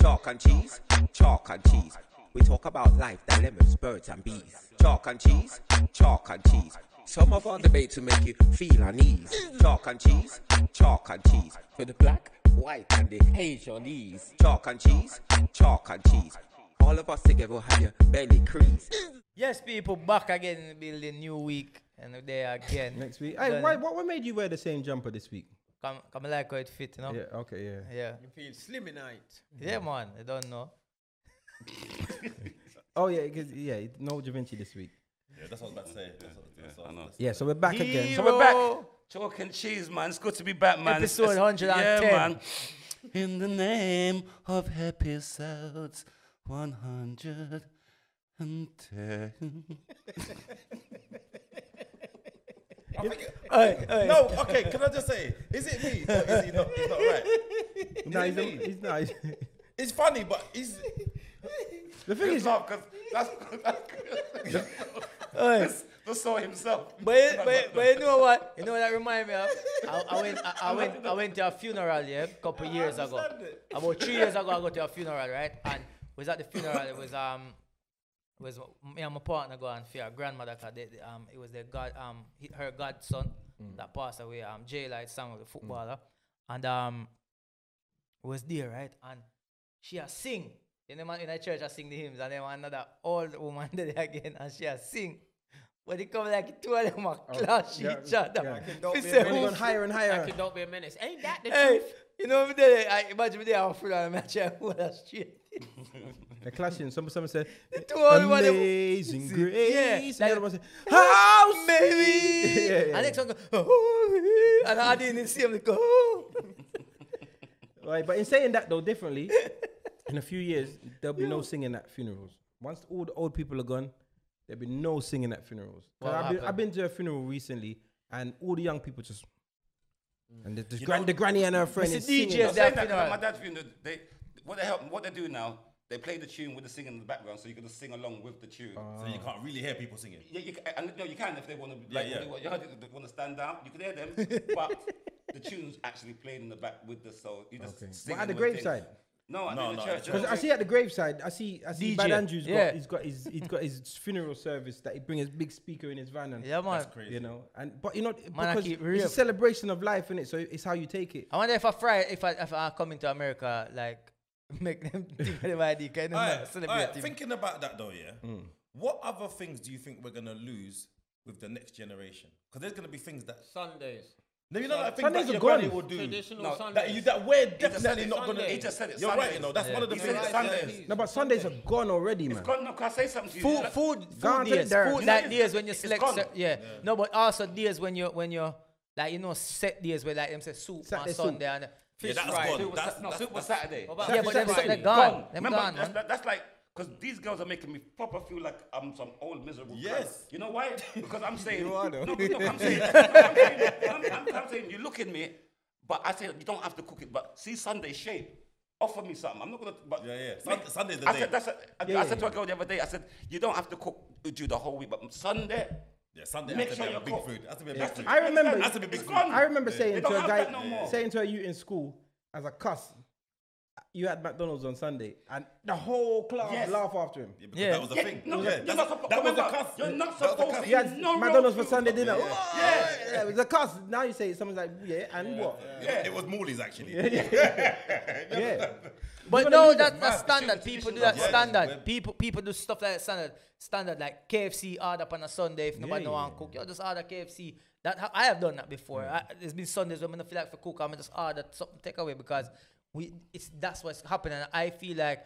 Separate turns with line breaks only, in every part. Chalk and cheese, chalk and cheese. We talk about life, dilemmas, birds and bees. Chalk and cheese, chalk and cheese. Some of our debates will make you feel unease. Chalk and cheese, chalk and cheese. For the black, white and the Asianese. Chalk and cheese, chalk and cheese. All of us together will have your belly crease.
Yes, people back again in the building, new week, and there again.
Next week. uh, Hey,
Done.
why, what, what made you wear the same jumper this week?
Come, come like how it fit, you know?
Yeah, okay, yeah.
Yeah.
You feel slimmy night.
Yeah, man, I don't know.
Oh, yeah, 'cause- yeah, it- no Da Vinci this week.
Yeah, that's what I was about to say. That's what- that's what I was-
Yeah, so we're back again.
So we're back.
Hero.
Chalk and cheese, man. It's good to be back, man. It's-
Episode
it's-
110.
Yeah, man. In the name of happy souls, 110.
Hey, hey.
No,
Okay, can I just say, is it me? Or is he not? He's not right.
No, he's,
Isn't
he's not. he's-
It's funny, but he's
the thing is,
because that's, that's
Hey.
the saw himself.
But, you- but, you- but you know what? You know what that remind me of? I, I went I, I went I went to a funeral, yeah, a couple years ago. About three years ago I go to a funeral, right? And was at the funeral, it was um it was me and my partner go and for her grandmother 'cause they, they, um it was their god um he- her godson
Mm.
that passed away, um Jay Light Samuel, the footballer. And um was there, right? And she a sing. You know, man, in a church I sing the hymns, and then one another old woman did it again, and she a sing. But it come like two of them a clash
Oh, yeah,
each other.
yeah.
We
don't be
say,
a
we're
"Who
going higher and higher.
Don't be a menace. Ain't that the
Hey,
truth?
you know what I I imagine me there I'm full on a match and who that shit.
They're clashing. Some, someone said,
two old one, they-
Amazing
Yeah,
Grace. and the
like-
other one said, How
Maybe
Yeah, yeah,
And next one go, and I didn't see him "Oh." they go,
Right, but in saying that though, differently, in a few years there'll be no singing at funerals. Once all the old people are gone, there'll be no singing at funerals. 'Cause
What
I've, been,
happened?
I've been to a funeral recently, and all the young people just and the, the, gran- the granny and her friend
Mr.
is singing.
DJ 's
Yes,
there.
Saying that, 'cause
funeral.
my dad's funeral, they, what, they help, what they do now, they play the tune with the singing in the background so you can just sing along with the tune.
Oh.
so you can't really hear people singing.
Yeah, you can, and no, you can if they want to. Like,
yeah.
yeah, yeah. They want to stand down. You can hear them, but the tune's actually playing in the back with the soul. You just
Okay.
sing
But at
and
the
with things.
graveside?
No, I
No,
no, the
no,
church.
the
because I see at the graveside, I see I see Bad
DJ,
Andrew's
yeah.
got he's got his he's got his funeral service that he bring his big speaker in his van and
Yeah, man.
That's crazy.
you know and but you know
I
because
keep
it's
real.
a celebration of life in it, so it's how you take it.
I wonder if I fry if I if I come into America like make them think of the idea, kind of
Alright,
celebrate
alright,
him.
thinking about that though, yeah. What other things do you think we're gonna lose with the next generation? Because there's gonna be things that
Sundays.
no, you know, like things
Sundays
that
are
your granny
gone.
will do.
Traditional
No, that
Sundays.
That you that we're definitely
it,
not gonna.
Sunday.
He just said it.
You're
Sundays.
right, you know. That's one of the
He
things.
said it
that-
Sundays.
No, but Sundays are gone already, man.
It's gone. No, can I say something to you?
food,
Like,
food,
Gone
food
to the
days,
dirt.
food
You
like
know,
days when you
it's
select,
gone.
cer- yeah. No, but also days when you when you like you know set days where like them say soup
Saturday
on
soup.
Sunday and
Yeah,
fish
that's
fry.
gone.
Super,
That's-
no,
that's-
Super
that's-
Saturday.
about
Yeah, but them
Saturday.
they're gone. Them
Remember,
gone,
that's,
man.
that, that's like because these girls are making me proper feel like I'm some old miserable. cunt.
Yes.
You know why? Because I'm saying
You are, though.
no, but no, I'm saying, I'm, saying I'm, I'm- I'm saying you look at me, but I say you don't have to cook it. But see Sunday shape. Offer me something. I'm not gonna. But
Yeah, yeah.
Make-
Sun- Sunday's the
I
day.
Said, that's a, I,
Yeah,
I said
yeah.
to a girl the other day. I said you don't have to cook you the whole week, but Sunday.
Yeah, Sunday
Make
has to be
sure
a
you're
big
cooked.
food. Has to be a
That's
big food.
the-
I remember-
That's a big
It's
food.
gone.
I remember saying to
They don't
a
have
guy,
that no more.
saying to a you in school as a cuss, you had McDonald's on Sunday, and the whole class
Yes.
laugh after him.
Yeah,
Yeah.
because that was the
Yeah,
thing.
no,
Yeah,
you're
that's-
not supposed.
that was the
remember,
cuss.
You're not
That was the
supposed
cuss.
to
You
eat
had
no
McDonald's
raw
for
food.
Sunday dinner.
Yeah.
Oh,
Yeah.
yeah, it was a cuss. Now you say something's like, yeah, and what?
Yeah.
It was Morley's actually.
Yeah.
But
You're
no,
gonna
that's
lose
that's
mad. It's
standard.
just-
People do
it's
that
just-
yeah,
standard.
we're-
People people do stuff like that standard. Standard like KFC order up on a Sunday if nobody
Yeah,
know want to cook. You just order KFC. That ha- I have done that before. I, there's been Sundays when I don't feel like for cook. I'm just order something take away because we it's that's what's happening. I feel like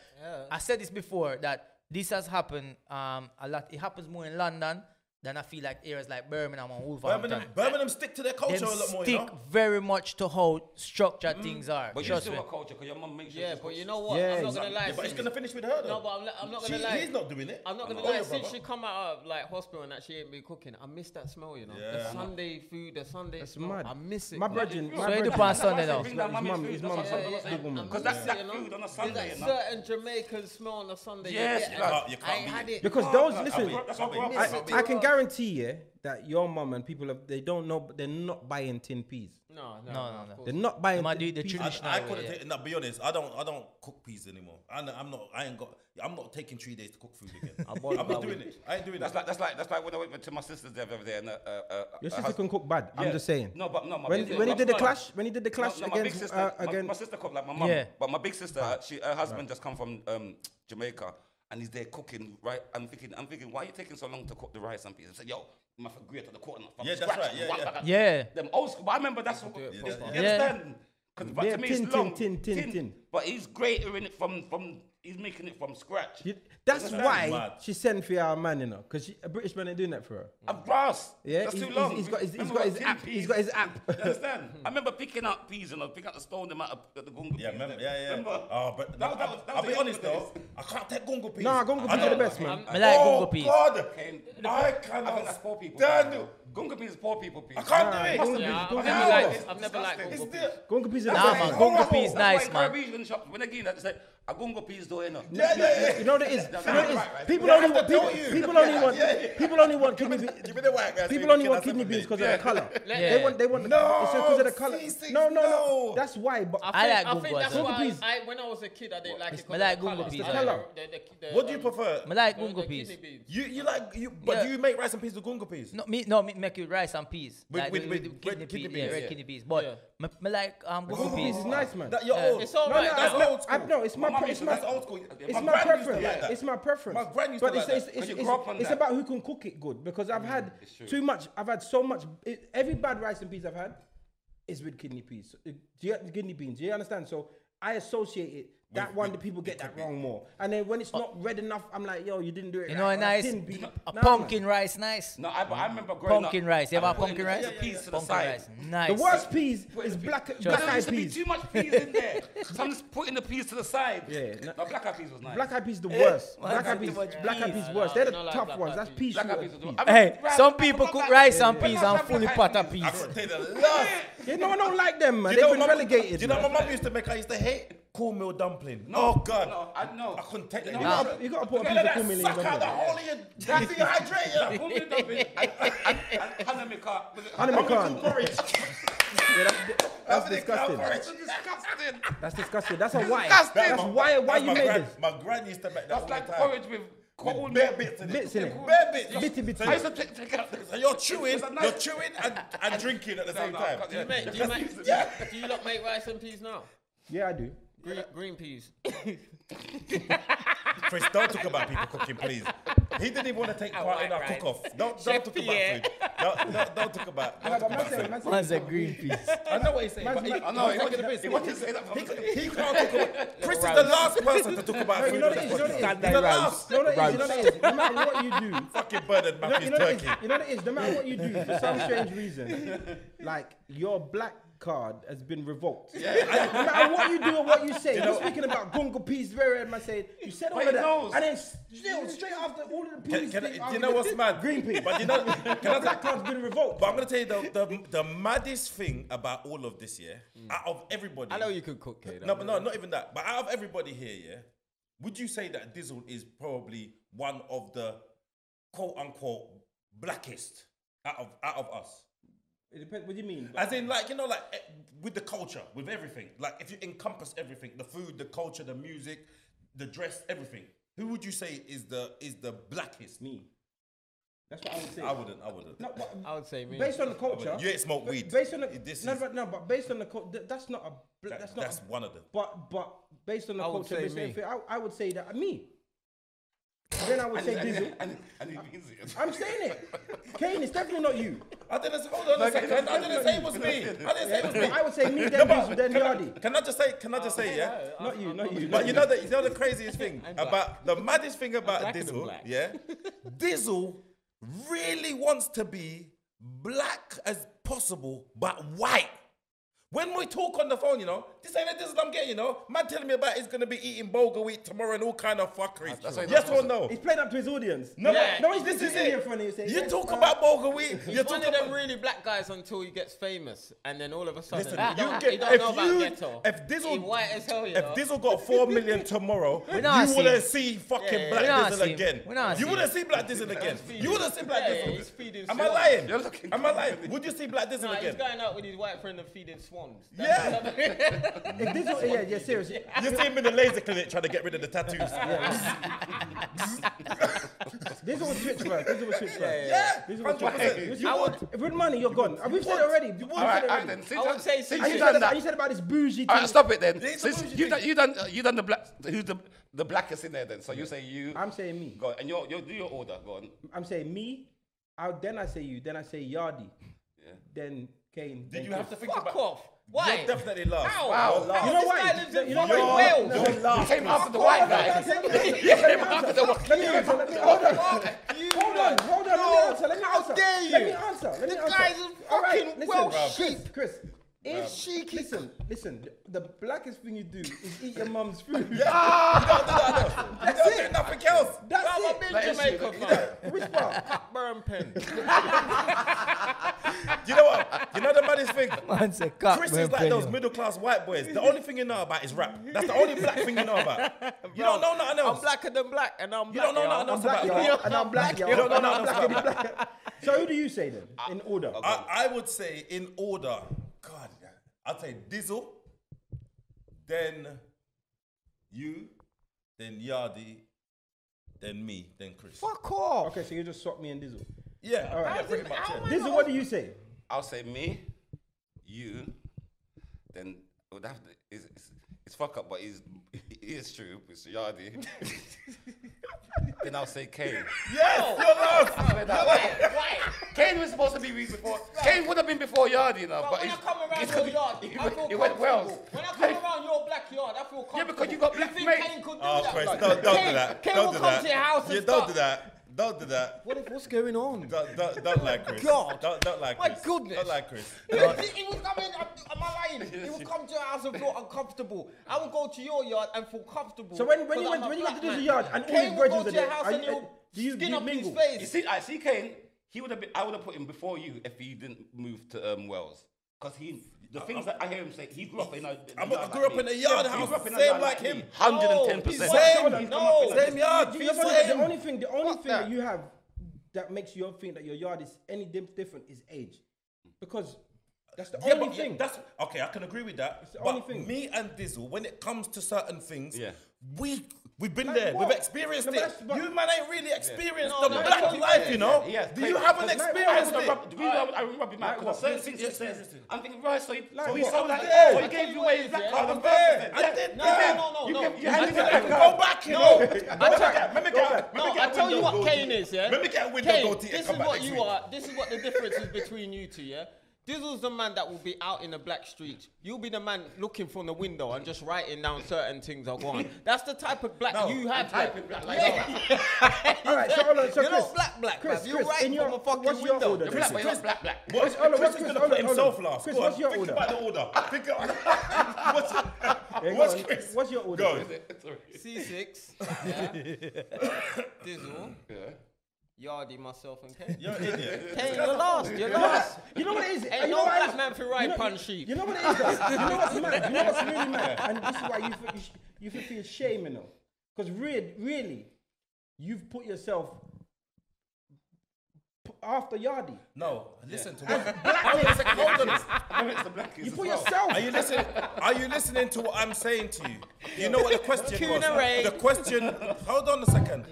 I said this before that this has happened um a lot. It happens more in London than I feel like areas like Birmingham and Wolverhampton.
Birmingham, Birmingham stick to their culture
Them
a lot more.
stick
you know? Mm.
very much to how structured things are.
But you
Trust
still
me.
a culture because your mum makes sure
Yeah,
she's
but you
cooked.
know what?
Yeah,
I'm not
exactly.
gonna lie.
Yeah, but it's
since-
gonna finish with her.
No,
though.
but I'm, li- I'm not gonna
She-
lie.
He's not doing it.
I'm not gonna
Oh,
lie.
your
Since
brother.
she come out of like hospital and that she ain't been cooking, I miss that smell. You know,
Yeah.
the Sunday food, the Sunday.
It's
smell,
mad.
I miss it.
My
man.
brethren,
So
my
you do
brethren.
pass on it
That's why
now.
I say bring
Like
that
his
mummy's
mum-
food,
his
that's
mum-
what I'm saying.
That's a big woman.
I
'Cause
miss
that's
it,
that
you know?
food on a
There's
Sunday,
that
you know?
certain Jamaican smell on a Sunday. you
Yes,
get,
you
and
can't-
you
I
can't
ain't
beat
had
it.
it.
Because those,
That's
listen,
what- that's what
I
I grew up
I,
with.
I can guarantee yeah, that your mum and people have, they don't know, but they're not buying tin peas.
No, no,
No, no,
of
no.
course.
They're not buying.
might
tin
do the
peas.
traditional
I, I
way,
couldn't.
yeah.
Take, no, be honest. I don't. I don't cook peas anymore. I, I'm not. I ain't got. I'm not taking three days to cook food again.
bought
I'm
that
not doing
week.
it. I ain't doing
That's
that.
like that's like that's like when I went to my sister's there the other day and uh, uh, uh,
Your
her
sister
hus-
can cook bad. I'm
Yeah.
just saying.
No, but no, my
When-
big-
when he
my-
did the
no,
clash- when he did the clash
my big
against,
sister,
uh,
my- my,
against-
sister cooked like my mum.
Yeah.
But my big sister, she her husband just come from um, Jamaica and he's there cooking. Right, I'm thinking, I'm thinking, why are you taking so long to cook the rice and peas? I said, yo, my great at the corner.
Yeah, that's right, yeah, yeah.
Yeah.
Them old school. But I remember that's what.
it
you
proper.
understand? 'Cause- But
Yeah,
to me,
tin,
it's
tin,
long.
tin, tin, tin.
But he's greater in it from from. He's making it from scratch.
You- That's
That's
why
mad.
she sent for our man, you know, because a British man ain't doing that for her.
I'm grass.
Yeah,
that's
he's-
too
he's-
long.
he's got his- he's
Remember
got
about
his
tin
app, he's
peas?
got his app.
You understand? I remember picking up peas and I was picking up the stone them out of the gunga.
Yeah,
peas.
remember, yeah, yeah.
Remember?
Oh, but
That was- that
I'll-
was- that
I'll
was
be
the
honest
younger
though,
days.
I can't take gongo peas.
Nah, gongo
I
peas are the
don't-
best, man.
I like
oh,
gongo peas.
God,
Okay.
I
I think
cannot.
that's poor people.
stand
Gunga
it.
Gunga peas poor people peas.
I can't
Nah,
do it.
gongo
Mustard.
peas-
Yeah, I've
gongo
never
peas-
liked this. I've never liked
It's
Gunga
there.
peas.
Gongo peas are
Nah,
the
man.
best, man.
Gongo peas
Horrible.
nice,
Why
man.
Caribbean shops when again that's like a gunga peas though, you know.
Yeah, yeah, yeah.
You know what it is. You know what it is?
right, right.
People
Yeah, I
only
have
want
to tell
people,
you.
people only want
Yeah, yeah.
people only want kidney
Give
beans.
me the white guys.
People only want kidney beans because of the color. They
Yeah.
want they want
No,
it's because of the color.
C6,
No, no,
no.
no. That's why. But
I like
I
Gunga
think that's
as well.
why
Gunga
I, I, when I was a kid, I didn't like it. 'cause
I
of
like
the
Gunga
colour.
peas,
I
I
like
like.
the- the- the-
What do you
um,
prefer?
I like
the- the
gunga peas.
kidney beans.
You you like you, but
Yeah.
do you make rice and peas with gunga peas?
No, me no me make it rice and peas.
With-
like
with-
the-
with
the
red
kidney,
kidney
peas, yeah,
beans,
red
yeah.
kidney peas. But
Yeah.
me, me like um gunga
Gungo
peas.
peas is nice, man.
That you're old.
It's all
No,
right.
no,
That's
though.
no,
old
I-
school.
no, it's my
mum
pre-
used
it's
to-
my
that's old school.
It's
My
my
grand used to
preference.
like that.
It's my preference.
My grand used
but
to
it's,
like
it's,
that.
When
it's,
you
it's,
grow up on
it's
that.
about who can cook it good because I've had too much. I've had so much. It, every bad rice and peas I've had is with kidney peas, Uh, do you, kidney beans. Do you understand? So I associate it. That one, the people get that wrong more. And then when it's not red enough, I'm like, yo, you didn't do it.
You
right.
know a
Or I
nice
didn't be-
a
Nah,
pumpkin
man.
rice nice.
No, I, but I remember growing up.
Pumpkin rice. You
I
ever have
put in
pumpkin
the-
rice?
Yeah, yeah, yeah. to the
Pumpkin
side.
rice. Nice.
The worst peas is
the
black
But
black
there
eyed
used to be
peas.
too much peas in there. Sometimes putting the peas to the side.
Yeah, no-
no, black eyed peas was nice.
Black eyed peas the worst.
why
Black
is
eyed
it
peas,
too much
black eyed
peas?
peas worst.
Nah,
They're the
I don't like
tough
black
ones.
eyed
That's
peas.
pea
Black eyed
shooter.
peas was. I mean,
Hey,
black-
some people cook rice and peas and fully
Black
pata
eyed
peas.
peas.
Take the last.
Yeah, no, I don't like them, man.
Do you know
They've been
what my mum-
relegated.
Do you know
man.
what my mum used to make? I used to hate cornmeal dumpling. No, oh God.
No, I know.
I couldn't take that.
No.
You
Nah.
gotta-
You gotta put a
you
piece
gotta
of
let
cornmeal in
that suck out the
your
whole of your that's dehydrated.
Who made that bit? And- and- and Hannah Mika- was it-
Hannah
Hannah
Mika.
Mika porridge.
That's
That's
disgusting.
That's disgusting.
That's disgusting. That's a why.
Disgusting.
That's why. Why
That's
you
my
made
gran-
this?
My granny used to make that. all
That's
the
like
time.
porridge with corn.
Bare bits in it.
Bits in it.
Bare bits. Just-
Bitty bitty.
I used to take- take out.
So you're chewing,
It's a nice-
you're chewing and, and drinking at the
No,
same
no,
time.
I
Do you
can't-
make? Do you make?
Yeah.
Do you lot make rice and peas now?
Yeah, I do.
Green, green peas.
Chris, don't talk about people cooking, please. He didn't even want to take part in
white
our
rice.
cook-off. Don't, don't talk
Pierre.
about food. Don't, don't, don't talk about. Don't
No,
talk
but man
about
said-
food.
man said-
Man's a green peas.
I know what he's saying.
Man's
but he-
like-
I know. He
he's
wanted
taking the piss.
he wanted to say that.
He,
from-
he can't talk about. Chris is the last person to talk about
No,
food.
you know
That's
that. You
what
know
he
that. You
is. He's the last
know that. You know that. No matter what you do,
fucking burden map
you
is
know that.
turkey.
is- You know that is. No matter what you do, for some strange reason, like your black card has been revoked. no matter what you do or what you say, you are speaking about gunga peas, very and man said you said all
But
of
he
that,
knows.
and then still straight after all of the
Can,
peas,
can,
thing,
I- do
after
you know
the-
what's mad?
Green peas.
But you know, can I
Your black card's been revoked.
But I'm gonna tell you the, the, the maddest thing about all of this, yeah,
Mm.
out of everybody.
I know you could cook, Kate.
No, but no, not even that. But out of everybody here, yeah, would you say that Dizzle is probably one of the quote unquote blackest out of out of us?
It depends. What do you mean?
As in, like you know, like eh, with the culture, with everything. Like if you encompass everything, the food, the culture, the music, the dress, everything. Who would you say is the is the blackest?
me. That's what I would say.
I wouldn't. I wouldn't.
No, but
I would say me.
based on the culture.
You ain't smoke
ba-
weed.
Based on the
This
no,
is-
but no, but based on the culture, that's not a bl-
That-
that's not.
that's
a,
one of them.
But but based on the
I would
culture,
say
based on
me.
everything, I, I would say that me. then I would say Dizzle.
And- and it means it.
I'm saying it. Kane, it's definitely not you.
I didn't say, hold on a second. I didn't say it was me. I didn't say it was me.
But I would say me, then Dizzle, then
Can I,
Yardi.
can I just say? Can I just say? Yeah.
Not you, not you.
But
not
you know the you know the craziest thing about the maddest thing about
blacker than
Dizzle,
black.
yeah, Dizzle really wants to be black as possible, but white. When we talk on the phone, you know, this ain't a dizzle I'm getting, you know. Man telling me about he's gonna be eating bulgur wheat tomorrow and all kind of fuckery.
That's- that's
yes
what-
or no?
He's playing up to his audience.
No,
Yeah.
no,
he's
this is
sitting
it.
in front of you saying,
You
yes,
talk
uh,
about bulgur wheat. You
He's one
talk
of them
about
really black guys until he gets famous, and then all of a sudden,
Listen,
he
you
don't,
get
he don't know
if
about
you
ghetto.
if
He
Dizzle
white as hell, you
if
know.
Dizzle got four million tomorrow, you
not
wouldn't
seeing-
see fucking
Yeah, yeah,
Black
we're not
Dizzle
seeing-
again.
we're not
You
seeing.
wouldn't see Black Dizzle again. You wouldn't see Black
Yeah, yeah, he's
Dizzle.
feeding
Am I
swans.
lying?
You're looking
Am I lying?
confident.
Would you see Black
Nah,
Dizzle
he's
again?
going out with his white friend and feeding swans.
Yeah.
If this was, yeah, yeah, seriously.
You see him in the laser clinic trying to get rid of the tattoos.
This was switch first. This was switch first.
yeah.
This was switch
Hundred
first.
percent.
This
You
was- If with money, you're gone. We've said it already. We've said it
All right, all right
already.
then. Since
I would
you-
say
since
And you
you've
said
done
about-
that.
you said about this bougie
All
thing.
right, stop it then.
It's a
Since
bougie
you done,
thing.
you done, uh, you done the black. Who's the the blackest in there then? So you say you.
I'm saying me.
Go on, and you you do your order. Go on.
I'm saying me. I, then I say you. Then I say Yardi. Then Kane.
Did
then
you have to
Chris.
think
Fuck
about
off. Why?
You're definitely last.
How?
Wow.
How?
You know
this
why?
guy lives in
You know
fucking
why?
Wales.
No,
You
laugh.
came after the white guy. You came after the white.
Let me answer. Let me answer.
You
Hold on,
lot.
hold on.
No,
let me answer. Let me
how
answer.
dare you?
Let me answer. Let me
The
answer.
guys is
All right,
fucking
listen,
Welsh
Chris,
sheep.
Chris. If she listen, listen. The blackest thing you do is eat your mum's food. Yeah.
That's don't do nothing else.
That's
I'm a
it.
big Jamaica fan.
Which part?
Burn pen.
You know what? You know the maddest thing?
Man said, "Cock
Chris
man
is like
penny."
those middle class white boys. The only thing you know about is rap. That's the only black thing you know about. You don't know nothing else.
I'm blacker than black, and I'm black.
You don't know
yo.
nothing else
I'm black,
about
y'all.
me.
And I'm black, y'all.
You don't know
And I'm
nothing else
black,
about me.
I'm black. So who do you say then? In order.
I, I would say in order. God, I'd say Dizzle, then you, then Yardi, then me, then Chris.
Fuck off.
Okay, so you just swap me and Dizzle.
Yeah,
All right.
yeah, pretty much. yeah.
Dizzle, what do you say?
I'll say me, you, then would have to, it's, it's, it's fuck up, but it's, it is true. It's Yardi. then I'll say Kane.
Yes, you're lost.
Kane was supposed to be before. Kane would have been before Yardi, you know,
But
but
when I
it's-
come
it's-
around your yard,
it
I
went-
feel
It went well.
comfortable. When I come around your backyard, I feel comfortable.
Yeah, because you got black
you
mates.
think Kane could do
Oh,
that?
Chris,
like,
don't, don't
Kane-
do that.
Kane
don't
will
do
come
that.
to your house and
yeah, don't
start-
do that. Don't do that.
What if, what's going on?
Don't, don't, don't like Chris.
God.
Don't, don't like
My
Chris.
goodness.
Don't like Chris.
He would, he would come in, uh, am I lying? He would come to your house and feel uncomfortable. I would go to your yard and feel comfortable.
So when- when you
'cause
went-
I'm a
when you went
black
to Dizzle's
man.
yard and all
Kane
his
would
virgins
go
are
to your
there,
house
are
and
you-
he'll
do you- do
skin
you
up his
mingle?
You
face.
see, I see Kane. He would have been. I would have put him before you if he didn't move to um, Wells, because he. The things that I hear him say, he grew up in a.
I grew up in a yard house, same like him.
Hundred and ten
No,
percent.
he's
Same,
no,
same yard.
Do you know what?
Ah, same.
the only thing, the only
Fuck
thing that.
that.
you have that makes you think that your yard is any dim- different is age, because that's the
Yeah,
only
but yeah,
thing.
that's okay. I can agree with that.
the
but
only thing.
me and Dizzle, when it comes to certain things,
Yeah.
we we've been
Like
there.
what?
We've experienced
No, but that's-
it.
but-
you man ain't really experienced
No,
the
no,
black
no, no,
life,
yeah,
you know.
yeah, yeah.
Do you
Like-
haven't
like-
experienced
I
it?
remember, the reason why I remember being mad
what?
because certain things he says, I'm thinking, right, so he, so he
what?
sold that,
Yeah.
so
I
he
tell
gave
you
you
what
away
it
his
is,
black
yeah.
card
I'm
on
there.
purpose.
I
Yeah.
did
You
that.
did.
No, no, no,
You
no.
kept- You
I
handed
did
it
that.
back.
Go back, you know.
Let me get- let me
tell- no,
get- let me
no,
get
I
a
tell you
window
what
goatee.
Kane is, yeah.
Let me get a window
Kane,
goatee and
This
come
is
back
what
next
you
week.
are. This is what the difference is between you two, yeah. Dizzle's the man that will be out in the black streets. You'll be the man looking from the window and just writing down certain things are going. That's the type of black you have.
type
like-
of black, like
All right, so hold on, so
You're
Chris,
not black, black,
Chris,
bruv. You're
Chris,
writing
in your-
from a fucking
what's your
window.
order?
You're black, but you're not black, black.
hold on,
What, Chris
what's
is
Chris-
going
hold
to put
on, hold on.
himself last.
Chris,
Go on,
what's your
think
order?
about the order. Think about what's,
Yeah, go
what's
on.
Chris?
What's your order?
Go on.
Chris?
C6, Dizzle, Yardi, myself, and Kane.
You're an idiot.
Kane, you're lost. You're lost.
You know what it is?
Ain't
you
no
know what
black
it is?
man for ride
you know,
pun sheep.
You know what it is? though? you know what's mad? You know what's really mad? And this is why you feel, you, sh- you feel, feel shame, you know? Because really, really, you've put yourself p- after Yardi.
No, listen to what. Oh, listen, hold on.
It's the black
You
kids as
put
well.
yourself.
Are you listening? Are you listening to what I'm saying to you? You know what the question was.
Tuna raid.
The question. Hold on a second.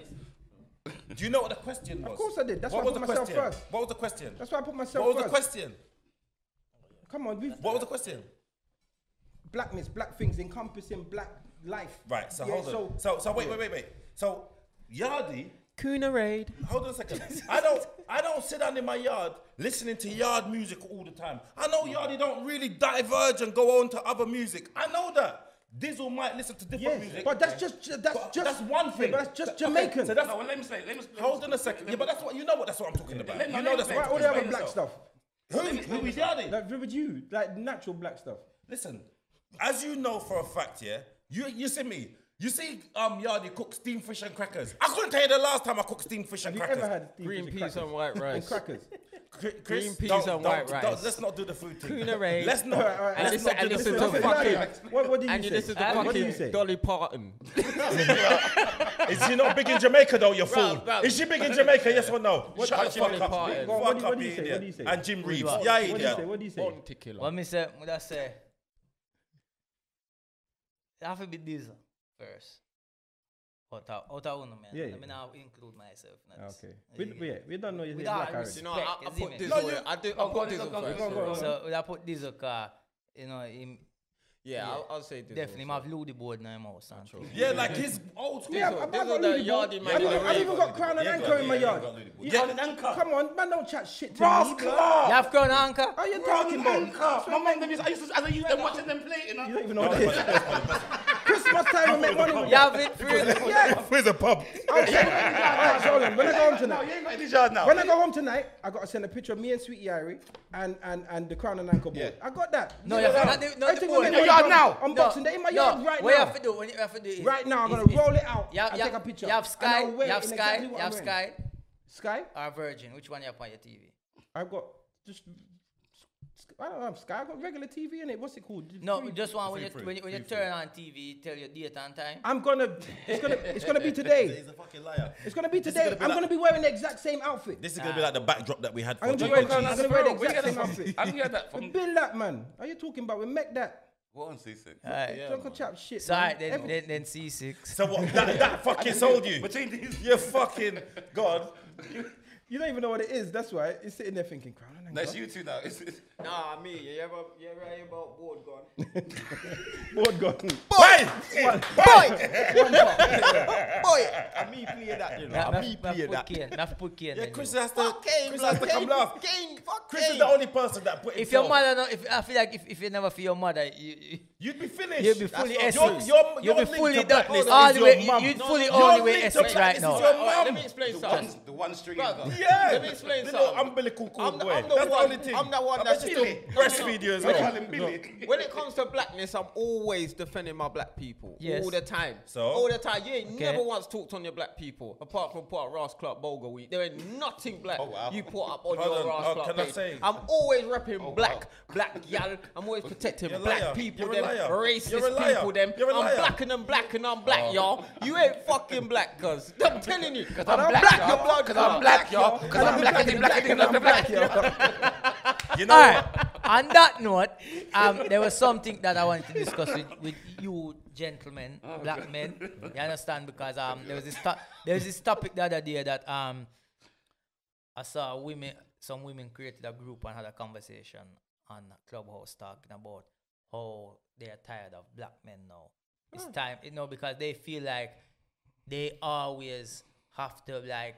Do you know what the question was? Of
course I did. That's why I put myself
question?
first.
What was the question?
That's why I put myself
What was the
first.
question?
Come on, we've,
What was the question?
blackness, black things, encompassing black life.
Right. So
Yeah,
hold on. So so wait wait wait wait. So Yardi.
Kuna raid.
Hold on a second. I don't I don't sit down in my yard listening to yard music all the time. I know Yardi don't really diverge and go on to other music. I know that. Dizzle might listen to different
Yes,
music.
but that's just that's
But
just
that's one thing.
But that's just
Okay,
Jamaican.
so that's
No, well, let me say, let me.
Hold on a second. Yeah, but that's what you know. What that's what I'm talking about.
Let-
you
no,
know
let
that's
me
what
Why
I'm
say-
all
talking
the
Explain
other
about.
black
yourself.
stuff?
Who? Who is Yardi?
Like with you, like natural black stuff.
Listen, as you know for a fact, yeah, you you see me. You see, um, Yardi cook steamed fish and crackers. I couldn't tell you the last time I cooked steamed fish and
Have you
crackers.
ever had steamed
Green
fish
peas
and
and white
crackers?
rice.
crackers?
Cr- Chris,
Green peas
don't-
and
don't-
white
don't-
rice.
Let's not do the food thing.
Cunaré.
Let's not.
All right, all right,
And
let's
listen-
not
and
do
listen
the
to
food thing.
fucking-
What, what do you
And
say?
you listen to
What do you
fucking
say?
Dolly Parton.
Is she not big in Jamaica though? You fool.
bruv.
Is she big in Jamaica? Yes or no? Shut the
Jimmy
fuck up.
Carter.
Fuck
What- what do-
up,
what do you
you
say?
idiot.
What do you say?
And Jim Reeves.
What?
Yeah,
What do you say?
idiot.
What do you say?
Bounty killer.
What me say? What I say? It have to be diesel first. Out of, out of uno, man.
Yeah,
I
yeah.
mean, I'll include myself. in this.
Okay.
You
We,
get
we,
it?
yeah, we don't know your
We
black
don't
already.
respect,
You know, I, I
you see
put
me?
this away. I
oh,
do. I put this
go,
away.
So, would I put diesel car? You know, him
Yeah, I'll, I'll say this.
definitely have Ludi board now in my house. and thing.
Yeah, like his old school.
Yeah,
So
I've
this
got
is the
Louis
yardie
Vuitton.
man
I've
got
even-
the
I've
ring.
even got crown and
Yeah,
anchor in my
yeah,
yard.
got Louis Vuitton.
You-
Crown and anchor.
Come on, man, don't chat shit to me.
Brass
blood.
You
Clark!
have crown anchor?
Are you
Brass
talking about?
Clark! My mum them used, I used to, I used to them watching them play, you
You
know?
don't even know what it is. Christmas time, we make money with
You have it free?
Yeah.
Where's the pub?
I'll tell you. All right, so then, when I go home
No,
tonight,
you ain't got any yard now.
when I go home tonight, I gotta send a picture of me and Sweetie Irie and and and the crown and anchor board. I got that.
No,
You
yeah,
know that?
not the- not the
Everything we
board.
make
Your
money
yard
from-
now.
On Boxing Day in my yard right
What you
now.
have to do? What you have to do? Is,
Right now, I'm
is-
gonna
is-
roll it out
You have,
and
you
take
have-
a picture,
You have
and
Sky.
I'll wear
You
it
have
in
Sky.
exactly what
you have
I'm
Sky
wearing. Sky.
or Virgin. Which one you have on your TV?
I've got just I don't know. Sky. I've got regular TV in it. What's it called?
No,
Free.
just one when you,
free,
when you when you
free, free.
turn on TV, tell your date and time.
I'm gonna. It's gonna. It's gonna be today.
He's a fucking liar.
It's gonna be today.
gonna be
I'm
like-
gonna be wearing the exact same outfit.
This is
Ah.
gonna be like the backdrop that we had for
I'm gonna be
Jim
wearing.
Reeves.
I'm gonna wear the
Bro, where you
exact
get
same
that from?
outfit.
I didn't get that
We
from.
build that man. Are you talking about? We make that.
What on C6?
Don't go chat shit.
So alright,
man.
then,
Every-
then then C six.
So what? That, that fucking sold you.
Between these.
You fucking god.
You don't even know what it is. That's why you're sitting there thinking, "Crown and
That's
anchor."
you two now. It's, it's,
Nah, me. You ever, you ever hear about board gone?
Board gone.
Boy!
Boy, I me play that. You know, I me play
put
that.
Kane. Not put Kane.
Yeah,
then,
Chris
you know.
has to. Chris has to come last.
Game, fuck
Chris is the only person that put
If your
himself-
mother, no, if I feel like if, if you never feel your mother, you, you
You'd be finished.
You'll be
That's
fully
not-
Essex.
Your, your,
You'll
your
be
link
fully
to
the-
blacklist
all
is
the
your
way-
mum.
you'd fully
Your
all the way
link to
Essex right
blacklist
now.
Is your
Alright,
mum.
let me explain
the,
something.
one, the one string.
Bruv,
is gone.
Yeah.
Let me explain
the
something.
little umbilical cord
I'm the-
boy.
I'm the
that's
one-
the only thing.
I'm the one
I
that's
bet
still-
you
No, no,
breastfeed you as
We call
well.
him Billy.
When it comes to blackness, I'm always defending my black people.
Yes.
All the time.
So?
All the time. You ain't
Okay.
never once talked on your black people, apart from part Ross Clark Bulger week. There ain't nothing black
Oh, wow.
you put up on
Hold
your
on,
Ross
oh,
Clark
can I
page.
say- Oh,
I'm always repping
wow.
black, black yal. I'm always protecting
You're a
black
liar.
people,
You're a
them
liar.
racist
You're a liar.
people, them.
You're a
I'm
liar. Oh.
black and I'm black and I'm black, y'all. You ain't fucking black, cuz. I'm telling you. Cause I'm,
black,
black,
y'all.
your blood,
Because I'm black, y'all. Because I'm black, and black, and black, and black, y'all.
You know
All
what?
right. On that note, um, there was something that I wanted to discuss with, with you gentlemen, black men. You understand? Because um, there was this to- there was this topic the other day that um, I saw women, some women created a group and had a conversation on Clubhouse talking about how they are tired of black men now. It's time, you know, because they feel like they always have to like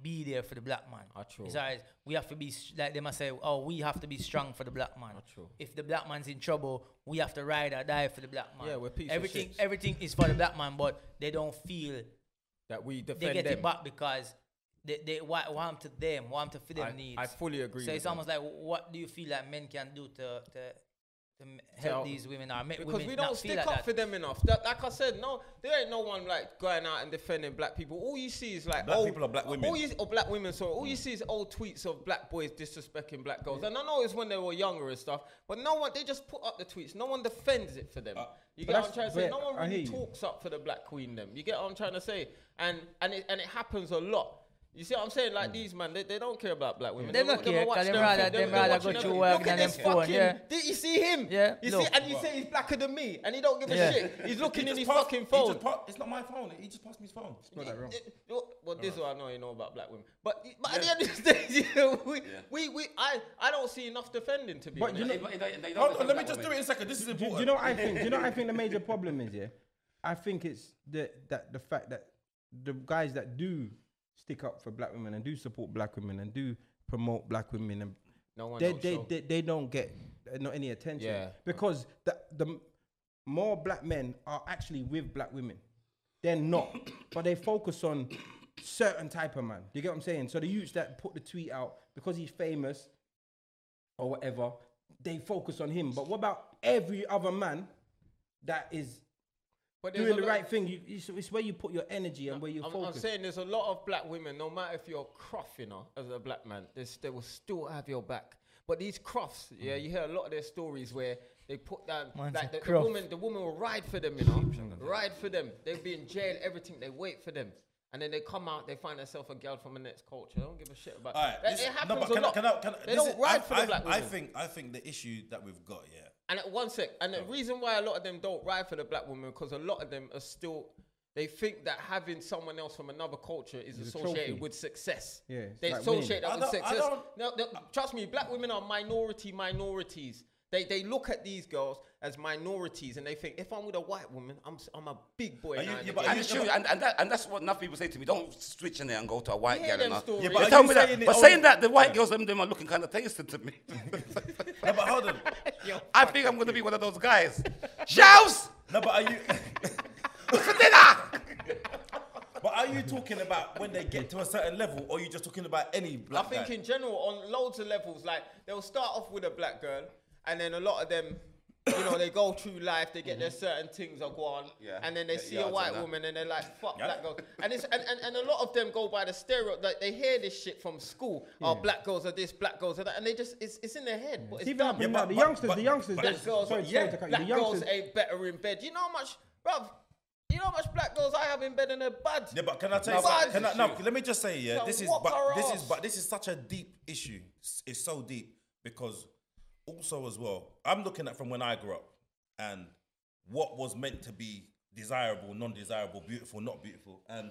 be there for the black man.
Ah,
It's always, we have to be s- like they must say, oh, we have to be strong for the black
Ah,
man. If the black man's in trouble, we have to ride or die for the black man.
Yeah, we're piece of
everything,
shits.
everything is for the black man, but they don't feel
That we
they
defend
get
them.
it back because they, they wa- want to them, want to fit their
I-
needs.
I fully agree
So
with
it's
that.
almost like what do you feel like men can do to to, to m- help
So-
these women or make
because
women
we
not
don't
feel
stick
like
up
that?
for them enough. That, like I said, no, there ain't no one like going out and defending black people. All you see is like
Black
old,
people or black women?
All you or black women. So
Mm.
all you see is old tweets of black boys disrespecting black girls. And I know it's when they were younger and stuff, but no one they just put up the tweets. No one defends it for them. you
Uh, but
get what I'm
that's-
trying to
but
say? No one
I hear
really
you.
talks up for the black queen. Them. You get what I'm trying to say? And and it and it happens a lot. You see what I'm saying?
Mm.
Like these man, they, they don't care about black women.
They don't
wa-
care,
watch
'cause them
them
rather-
thing,
them
they
rather
watch
go
them
to
thing.
work
Look at
and them
this
phone,
fucking-
yeah.
Did you see him?
Yeah,
You see,
look.
and you say he's blacker than me, and he don't give a
Yeah.
shit. He's looking in his
Pass-
fucking
he
phone.
just pa- it's not my phone. He just passed me his phone.
It- it- well, well, this is what I know you know about black women, but but at the end of the day, you know, we, we we I I don't see enough defending to be
But
honest.
you know,
Hold on, let me just do it in a second. This is
do,
important.
do you know what I think? Do you know what I think the major problem is? Yeah, I think it's the that the fact that the guys that do stick up for black women and do support black women and do promote black women and
No one
they
don't
they,
show.
they they don't get uh, not any attention
Yeah.
because the the m- more black men are actually with black women. They're not, but they focus on certain type of man. You get what I'm saying? So the youths that put the tweet out because he's famous, or whatever, they focus on him. But what about every other man that is
But there's
doing
a
the
lot-
right thing? You, it's, it's where you put your energy and where you
I'm, I'm
focus.
saying there's a lot of black women, no matter if you're croffing know, as a black man, there's- they will still have your back. But these crofts, yeah,
Hmm.
you hear a lot of their stories where they put down
Man's
like
a
the, the
croff.
woman, the woman will ride for them, you know, ride for them. They'll be in jail, everything. They wait for them, and then they come out, they find themselves a girl from the next culture. They don't give a shit about.
All right,
that.
this-
it
no,
happens
but
a
can I-
lot.
can I- can I-
they
this
don't
is- I-
ride for
I-
the black women.
I think I think the issue that we've got, yeah,
And at one sec, and
Oh.
the reason why a lot of them don't ride for the black woman because a lot of them are still they think that having someone else from another culture is
trophy.
associated with success.
Yeah, it's
they
like winning.
associate that
I
with
don't- I
success.
don't-
No, no, trust me, black women are minority minorities. They they look at these girls as minorities and they think if I'm with a white woman, I'm s- I'm a big boy.
Are you-
now
yeah,
and
but
again."
are
And
you
it's true, and, and, that, and that's what enough people say to me. Don't switch in there and go to a white
Yeah,
girl.
them
and all.
stories.
They
Yeah, but
are
tell
you
me
saying
that.
it
But
only-
saying that, the white girls, them, them are looking kind of tasty to me.
No, but hold on.
I think I'm going to be one of those guys. Shouse
No, but are you?
for dinner.
But are you talking about when they get to a certain level, or are you just talking about any
I
black
think
guy?
in general, on loads of levels, like they'll start off with a black girl, and then a lot of them, you know, they go through life, they get their
Mm-hmm.
certain things are gone,
Yeah,
and then they
get
see a
yards
white
and that.
woman and they're like, fuck
Yeah.
black girls. And, it's, and, and, and a lot of them go by the stereotype, like they hear this shit from school, oh, black girls are this, black girls are that, and they just, it's, it's in their head. But it's
See,
dumb.
but,
but-
the
but-
youngsters,
but-
the youngsters,
but-
the-
Black girls,
sorry,
yeah,
sorry to cut you.
black
The
girls
youngsters,
ain't better in bed. You know how much, bruv, you know how much black girls I have in bed and they're bad?
Yeah, but can I tell you?
No, but-
something? Can I, no, let me just say, yeah,
So
this is
whoop
but
her
this is
ass.
but this is such a deep issue. S- It's so deep because also as well, I'm looking at from when I grew up and what was meant to be desirable, non-desirable, beautiful, not beautiful, and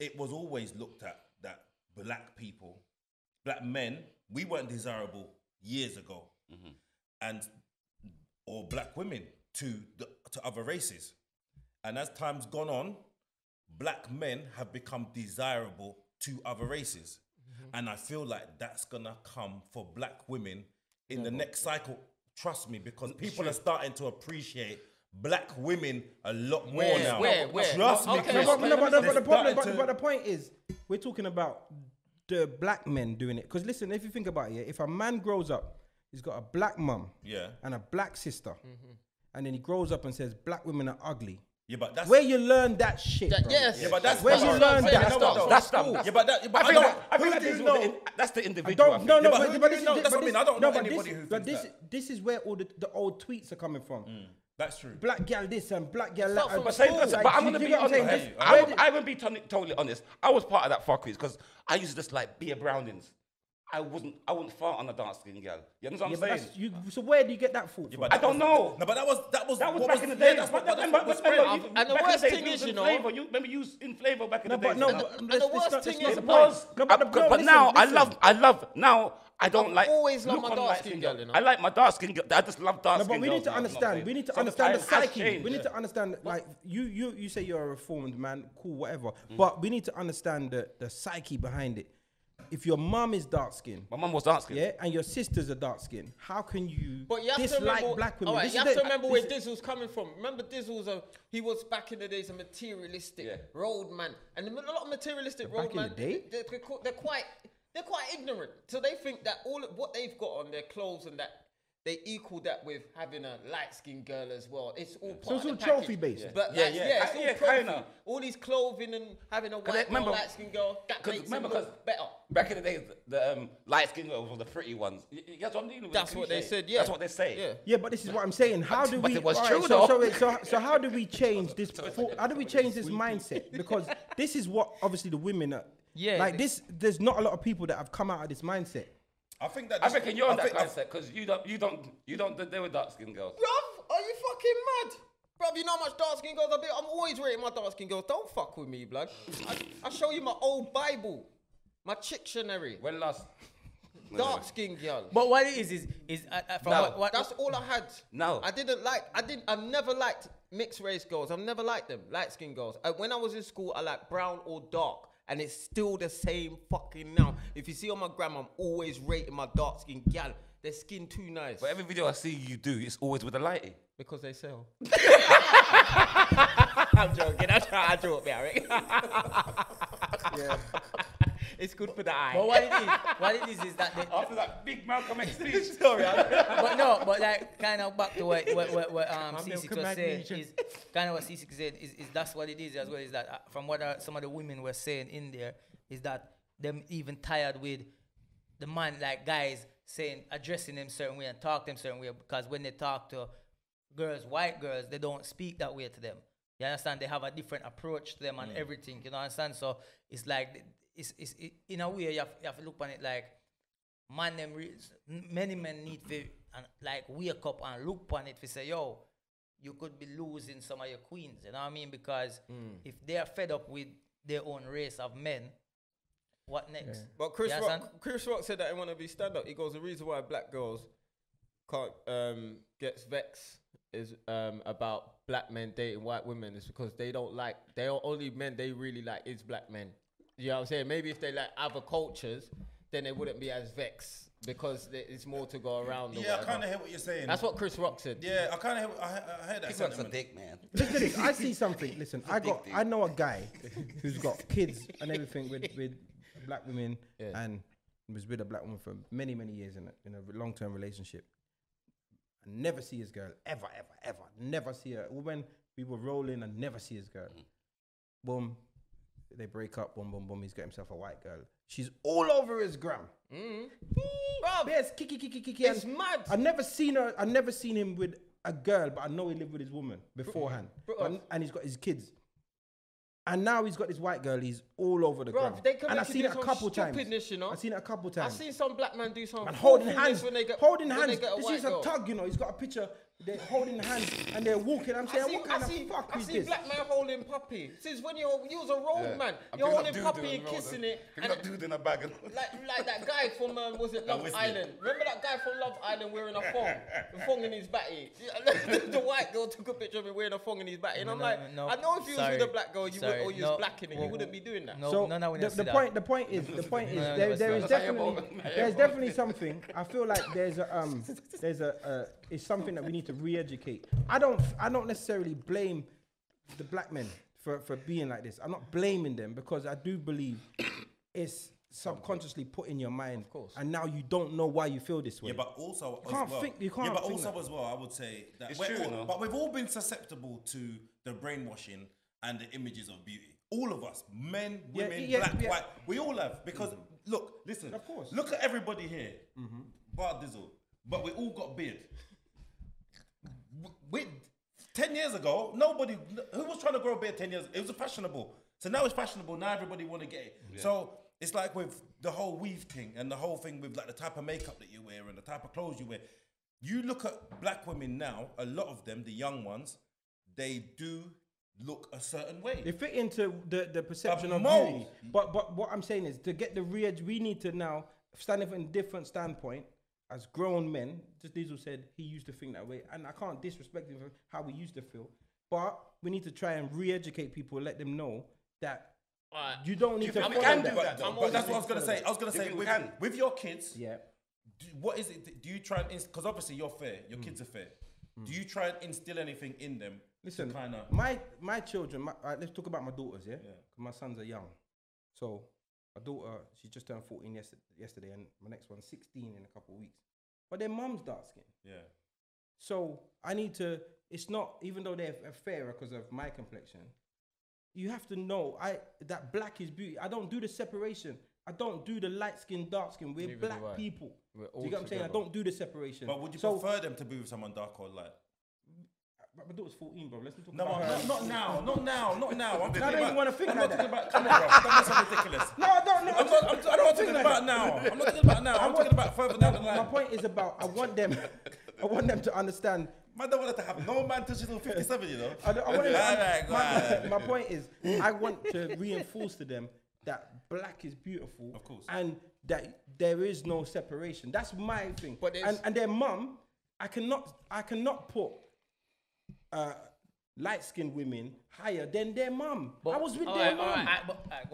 it was always looked at that black people, black men, we weren't desirable years ago, and or black women to the, to other races, and as time's gone on, black men have become desirable to other races, and I feel like that's gonna come for black women in the next cycle. Trust me, because people are starting to appreciate. Black women a lot more
Where,
now.
where, where?
Trust me,
Okay,
Chris.
No, but, no, but, no, but
They're
the problem,
starting
but,
to-
but the point is, we're talking about the black men doing it. Because listen, if you think about it, yeah, if a man grows up, he's got a black mum,
Yeah.
and a black sister,
Mm-hmm.
and then he grows up and says black women are ugly.
Yeah, but that's
Where you learn that shit?
That-
bro?
yes.
Yeah, but that's
Where
that's
you
what
learn
I'm saying,
that?
that's what I'm
That's
saying.
that's dumb.
Yeah, but that, yeah, but
I think
I don't,
that, I think
who
that
do
is
you
all the
know?
in- that's the
I
individual.
don't. No, no.
Yeah, but who
But,
do
but
you
this,
know?
is-
That's
but
what I mean,
this-
I don't
no,
know
but
anybody
this,
who
but
thinks Mm.
this, this is where all the, the old tweets are coming from.
That's true.
Black gal this and black gal that.
not from
and-
But, same,
like,
but I'm
you-
gonna
you
be
get what I'm
honest.
saying? This-
I'm, I'm gonna be totally- totally honest. I was part of that fuckeries because I used to just like be a Brownings. I wasn't. I wouldn't fart on a dark skin girl. You understand
Yeah,
what
but
I'm
that's-
saying?
you- So where do you get that thought from?
But that
I don't
was-
know.
No, but that was that was
That was
what
back in the
yeah,
day.
that's what-
But
that's
remember-
what was
remember,
spread.
you-
And the
back in
worst
days,
thing
you
is,
was
you
in
know-
Flavor. You remember you was in flavor back in
No,
the day.
but no,
And-
but
and
let's-
the
it's
worst
not-
thing
it's
is
not
It
the
was.
point.
No,
No,
Uh, but,
the- no, listen,
now
listen.
I love. I love. Now I don't
I've
like.
always loved
look
my
on
dark
light
skin
skin
girl,
girl.
you know.
I like my dark skin girl. I just love dark
No,
skin
but we need to
girls, man, you know what I'm
understand. We
saying?
need to
So
understand the
time has
psyche. We
changed.
need to understand. Like you, you, you say you're a reformed man, cool, whatever.
Mm.
But we need to understand the the psyche behind it. If your mum is dark skinned
My mum was dark skin.
yeah, and your sisters are dark skinned, how can you,
But you have
dislike
to remember,
black women?
All right,
This
you
is
have
the-
to remember
this
where
is-
Dizzle's coming from. Remember, Dizzle's a he was back in the days a materialistic
Yeah.
roadman, and a lot of materialistic
Back in the
roadman.
day?
They're, they're qu- they're quite they're quite ignorant, so they think that all of what they've got on their clothes and that. They equal that with having a light-skinned girl as well. It's all part
it's
of
all
the package.
trophy-based. Yeah.
But
Yeah,
like,
yeah.
yeah, it's
Uh,
all
yeah,
trophy.
kinda.
All these clothing and having a
I
white girl,
remember-
light-skinned girl, that
Because
makes them
remember,
look
because
better.
back in the days, the um, light skin girls were the pretty ones. You, you guess what I'm dealing with?
That's
The
what they
cliche.
said, yeah.
That's what they say.
Yeah.
yeah, but this is what I'm saying. How do
but
we?
it was
all
true
so,
though.
so, wait, so, so how do we change this? thought- how do we change this mindset? Because this is what obviously the women are.
Yeah,
like
they-
this. There's not a lot of people that have come out of this mindset.
I think that
I reckon you're on that
think- I-
mindset because you don't, you don't, you don't deal with dark skin girls.
Bruv, are you fucking mad? Bruv, you know how much dark skin girls I be? I'm always rating my dark skin girls. Don't fuck with me, blood. I, I show you my old Bible, my dictionary.
When last?
Dark skin girl.
But what it is is is uh, uh, from
No.
what, what
That's all I had.
No.
I didn't like. I didn't. I never liked mixed race girls. I've never liked them. Light skin girls. I, when I was in school, I liked brown or dark. And it's still the same fucking now. If you see on my gram, I'm always rating my dark skin gal. Their skin too nice.
But every video I see you do, it's always with a lighty.
Because they sell. I'm joking. I try. I joke, Barry. It's good for the eye.
But what it is, what it is is that they,
After that big Malcolm X speech.
but no, but like kind of back to what what, what, what um,
I'm
C6
milking
was saying
magnesium.
is kind of what C6 said is, is that's what it is as well is that uh, from what uh, some of the women were saying in there is that them even tired with the man like guys saying addressing them certain way and talk them certain way because when they talk to girls, white girls, they don't speak that way to them. You understand? They have a different approach to them and everything. You know what I'm saying? So it's like it's, it's it, in a way you have, you have to look on it like man them re- many men need to and like wake up and look on it to say yo you could be losing some of your queens you know what i mean because
Mm.
if they are fed up with their own race of men what next
But Chris
You
Rock,
understand?
Chris Rock said that he want to be stand up. He goes, the reason why black girls can't um, gets vexed is um, about black men dating white women is because they don't like they are only men they really like is black men. You know what I'm saying? Maybe if they like other cultures, then they wouldn't be as vexed because there is more to go around. or
Yeah, I
whatever.
kind of hear what you're saying.
That's what Chris Rock said.
Yeah, I kind of hear. I, he- I hear that
He wants a
sentiment.
dick, man.
Listen to this. I see something. Listen, I got.
thing.
I know a guy who's got kids and everything with with black women, and was with a black woman for many many years in a, in a long term relationship. I never see his girl ever ever ever. Never see her. When we were rolling, I never see his girl.
Mm.
Boom, they break up. Boom boom boom. He's got himself a white girl. She's all over his gram. Mm-hmm. Yes, kiki kiki kiki.
Mm. It's
and-
mad.
I never seen her. I never seen him with a girl, but I know he lived with his woman beforehand,
Bruv.
and, and he's got his kids. And now he's got this white girl. He's all over the ground.
Bruv, they
and
committed
I've seen it
this
a
on
couple times.
stupidness, you know?
I've seen it a couple
I've
times.
seen some black men do some
and holding
awful things
hands,
when they get
holding
when
hands.
They get a
This
white
is a
girl.
tug, you know. He's got a picture. They're holding hands and they're walking. I'm saying,
I see,
what kind
I see,
of fuck
I
is
see
this?
black man holding puppy. Since when you you was a road
Yeah.
man,
And
you're
pick up
holding
dude
puppy
doing
and
roll,
kissing
then.
it,
Pick
and
up dude in a bag. and-
like like that guy from um, was it Love
Whistler.
Island? Remember that guy from Love Island wearing a thong, the thong in his batty. the, the white girl took a picture of him wearing a thong in his batty, and I'm
No,
like,
no,
I know if you
sorry,
was with a black girl, you
sorry,
would, or you
no,
was black in it,
well,
you wouldn't be doing that.
no
So
no no we
the,
don't see
the
that.
point the point is the point is
No, no,
there,
that's
there
not-
is
that's not
definitely
your moment.
there's definitely something I feel like there's a um there's a uh, it's something that we need to re-educate. I don't I don't necessarily blame the black men for for being like this. I'm not blaming them because I do believe it's subconsciously put in your mind, of course, and now you don't know why you feel this way.
Yeah, but also
You can't
as well,
think- you
yeah,
can't
but
think
also
that.
as well, I would say that
It's
we're
true,
all-
you know.
but we've all been susceptible to the brainwashing and the images of beauty. All of us, men,
Yeah,
women,
yeah,
black,
yeah.
white, we all have. Because look, listen,
Of course.
look at everybody here, bar Dizzle, but we all got beard. W- With ten years ago, nobody who was trying to grow a beard ten years, it was fashionable. So now it's fashionable. Now everybody want to get it. So it's like with the whole weave thing and the whole thing with like the type of makeup that you wear and the type of clothes you wear. You look at black women now, a lot of them, the young ones, they do look a certain way.
They fit into the, the perception
A
of
mold.
beauty. But but what I'm saying is to get the re we need to now stand up in a different standpoint as grown men. Just Diesel said he used to think that way, and I can't disrespect him for how we used to feel. But we need to try and re-educate people, let them know that
Alright.
you don't need to.
But-
follow
but-
that.
but,
I'm
but that's what I was
obviously
gonna say. I was gonna
If
say
you
with,
can.
with your kids,
Yeah.
do, what is it? that- Do you try and because obviously you're fair,
Hmm.
your kids are fair. Do you try and instill anything in them?
Listen,
kind of.
my my children. My, alright, let's talk about my daughters. Yeah? 'Cause my sons are young. So my daughter, she just turned 14 yesterday, yesterday, and my next one's 16 in a couple of weeks. But their mum's dark skin.
Yeah,
So I need to. It's not even though they're f- fairer because of my complexion. You have to know I that black is beauty. I don't do the separation. I don't do the light skin, dark skin. We're
Neither do
black
I.
people.
We're
do you get what I'm saying? I
all together.
don't do the separation.
but would you
so,
prefer them to be with someone dark or light?
But my daughter's 14, bro. Let's not talk
No,
about her.
not, not now, not now, not now. I'm thinking
don't even
about-
wanna think
I'm
like
not talking
that.
about. Come on, bro. That was ridiculous.
No, I don't. No,
I'm not, I'm, I'm not talking about now. I'm not talking about now. I'm talking about further down the
My
line.
point is about I want them. I want them to understand
Man, don't want to have no man till she's 57, you know.
I don't- I wanna-
Alright, go
my,
on.
my point is, I want to reinforce to them that black is beautiful, of
course.
and that there is no separation. That's my thing.
But there's-
and, and their mum, I cannot, I cannot put uh, light skinned women higher than their mum. I was with their mum.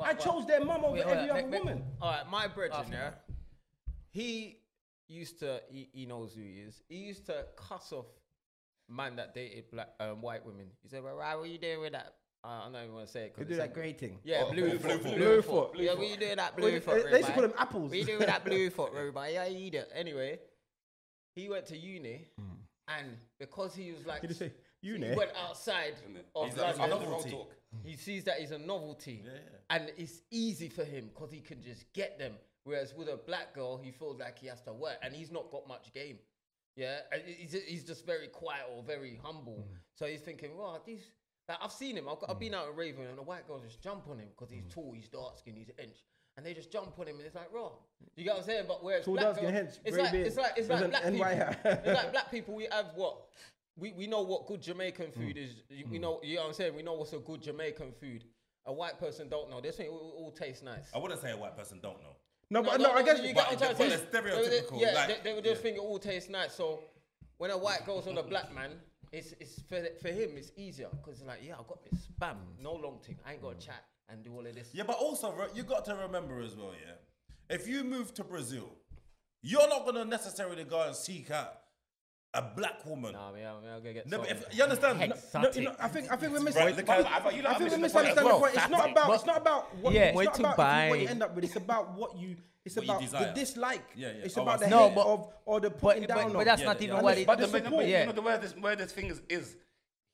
I chose their mum over every other woman.
All right, my brethren, yeah.
Afternoon.
He used to. He, he knows who he is. He used to cuss off man that dated black um, white women. He said, "Well, why were you doing with that I, I don't even want to say it. 'cause
They do
it's
that
a-
great thing.
Yeah, Oh, blue,
blue
foot,
foot,
blue,
blue
foot.
foot, blue
yeah,
foot.
we do that
Well,
blue foot.
they used to
Rubai.
call them apples.
We do that blue foot, everybody. Yeah, you eat it. Anyway, he went to uni, and because he was like,
Did you say you
he
know?
went outside of
He's like,
London.
the road
novelty.
talk.
He sees that he's a novelty, and it's easy for him because he can just get them. Whereas with a black girl, he feels like he has to work, and he's not got much game. Yeah, and he- he's, he's just very quiet or very humble. So he's thinking, well, these. Like, I've seen him. I've, got, I've been out in Raven, and the white girls just jump on him because he's tall, he's dark skinned, he's an inch. And they just jump on him, and it's like, raw. You get what I'm saying? But whereas
Tall,
black
dark-skinned,
girls-
hench,
it's
grey
like
beard.
it's like it's
There's
like
an NY
black people.
hat.
it's like black people. We have what we, we know what good Jamaican
Hmm.
food is. You- We know you know what I'm saying. We know what's a good Jamaican food. A white person don't know. This thing all, all tastes nice.
I wouldn't say a white person don't know.
No, but no, I guess.
you get
but
what I'm
it-
trying to
but
say.
it's
They were just-
stereotypical,
Yeah,
like-
they, they would just
yeah.
think it all tastes nice. So when a white goes on a black man, it's it's for, for him it's easier because like yeah, I got this spam, no long thing. I ain't got to chat and do all of this.
Hmm. Yeah, but also re- you got to remember as well, yeah. If you move to Brazil, you're not gonna necessarily go and seek out a black woman.
Nah, man, I'm, I'm gonna get
No, but
sorted.
if, you understand? No-
No, you know, I think I think we're missing.
Right, look at- I thought you lot
I
are
think we're
missing the point as
misunderstanding the
well.
point. It's not about. It's not about what.
Yeah.
It's
Way
not
to
about if you- what you
buy.
end up with. It's about what you. It's
What you
about the
desire.
dislike.
Yeah, yeah.
It's
Oh,
about
I
the
see.
No,
hate
but-
of or the putting
But,
down
but,
of.
but that's
Yeah,
not
yeah,
even
yeah.
what it.
But the
But the,
support.
but
Yeah.
you know the where this where this thing is, is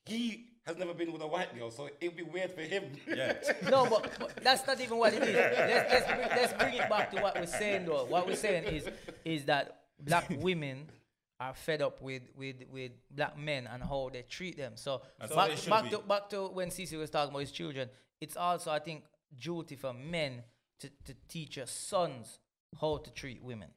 he has never been with a white girl, so it would be weird for him.
Yeah.
No, but, but that's not even what it is. Let's, let's, bring, let's bring it back to what we're saying, though. What we're saying is is that black women are fed up with with with black men and how they treat them. So
That's how
back,
they should
back
be.
to back to when Cece was talking about his children. It's also I think duty for men to to teach your sons how to treat women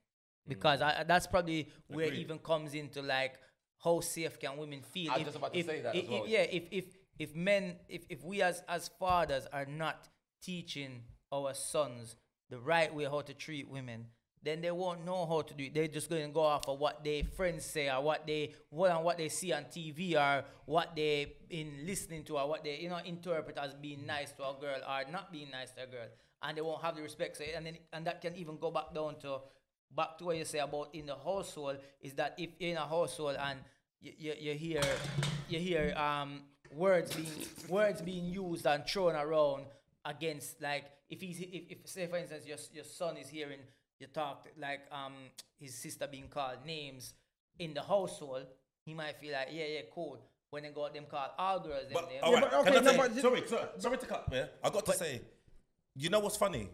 because I, I- that's probably where it
Mm. Agreed.
even comes into like how safe can women feel
I was just about to say that as
if-
well.
yeah, if if if men, if if we as as fathers are not teaching our sons the right way how to treat women, then they won't know how to do it. They're just going to go off of what their friends say or what they what and what they see on TV or what they in listening to or what they you know interpret as being nice to a girl or not being nice to a girl, and they won't have the respect. So and then and that can even go back down to back to what you say about in the household is that if you're in a household and you, you, you hear you hear um words being words being used and thrown around against like if he's if, if say for instance your your son is hearing you talk like um his sister being called names in the household he might feel like yeah yeah cool when they got them called all girls them
But,
names.
all right.
but okay,
Can I
no,
say-
but-
sorry, sorry, sorry to cut. Yeah, I got to say, you know what's funny?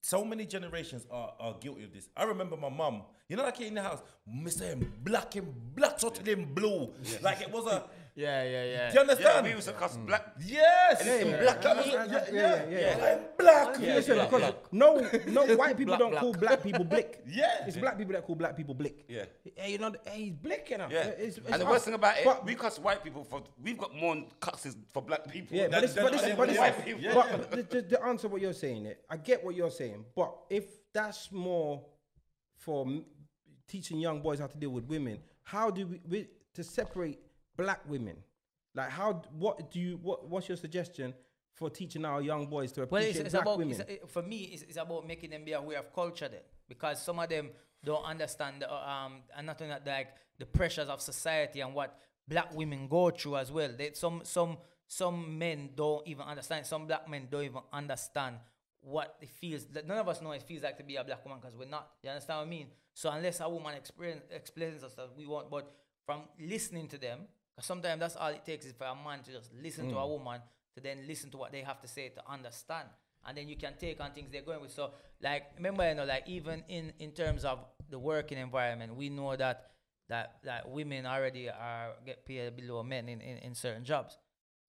So many generations are, are guilty of this. I remember my mum. You know that kid in the house, Mister Black and Black, sort of in blue, like it was a.
yeah, yeah, yeah.
Do you
Yeah,
understand?
we used to
Mm.
cuss black.
yes.
Anything black.
That was-
Yeah,
yeah,
yeah, yeah, yeah.
I'm black.
Listen, because no, no white people
Black,
don't
black.
call black people blick.
Yeah.
it's black people that call black people blick.
Yeah.
hey, you know, hey, he's blick, you know.
Yeah.
It's- it's
and the
us.
worst thing about it,
But-
we cuss white people for we've got more cusses for black people.
Yeah, but
That-
this, but
that-
this,
that-
but this,
yeah, yeah,
but the, the, the answer what you're saying, it I get what you're saying, but if that's more for m- teaching young boys how to deal with women, how do we, we to separate black women? Like, how? d- What do you? What? What's your suggestion for teaching our young boys to
Well,
appreciate
it's, it's
black
about
women?
it's, it- for me. It's, it's about making them be aware of culture then, because some of them don't understand the, uh, um and not only that like the pressures of society and what black women go through as well. They, some some some men don't even understand. Some black men don't even understand what it feels. That none of us know what it feels like to be a black woman because we're not. You understand what I mean? So unless a woman experience explains us that we want, but from listening to them, 'cause sometimes that's all it takes is for a man to just listen to a
Mm.
woman to then listen to what they have to say to understand and then you can take on things they're going with so like remember you know like even in in terms of the working environment we know that that that women already are get paid below men in in, in certain jobs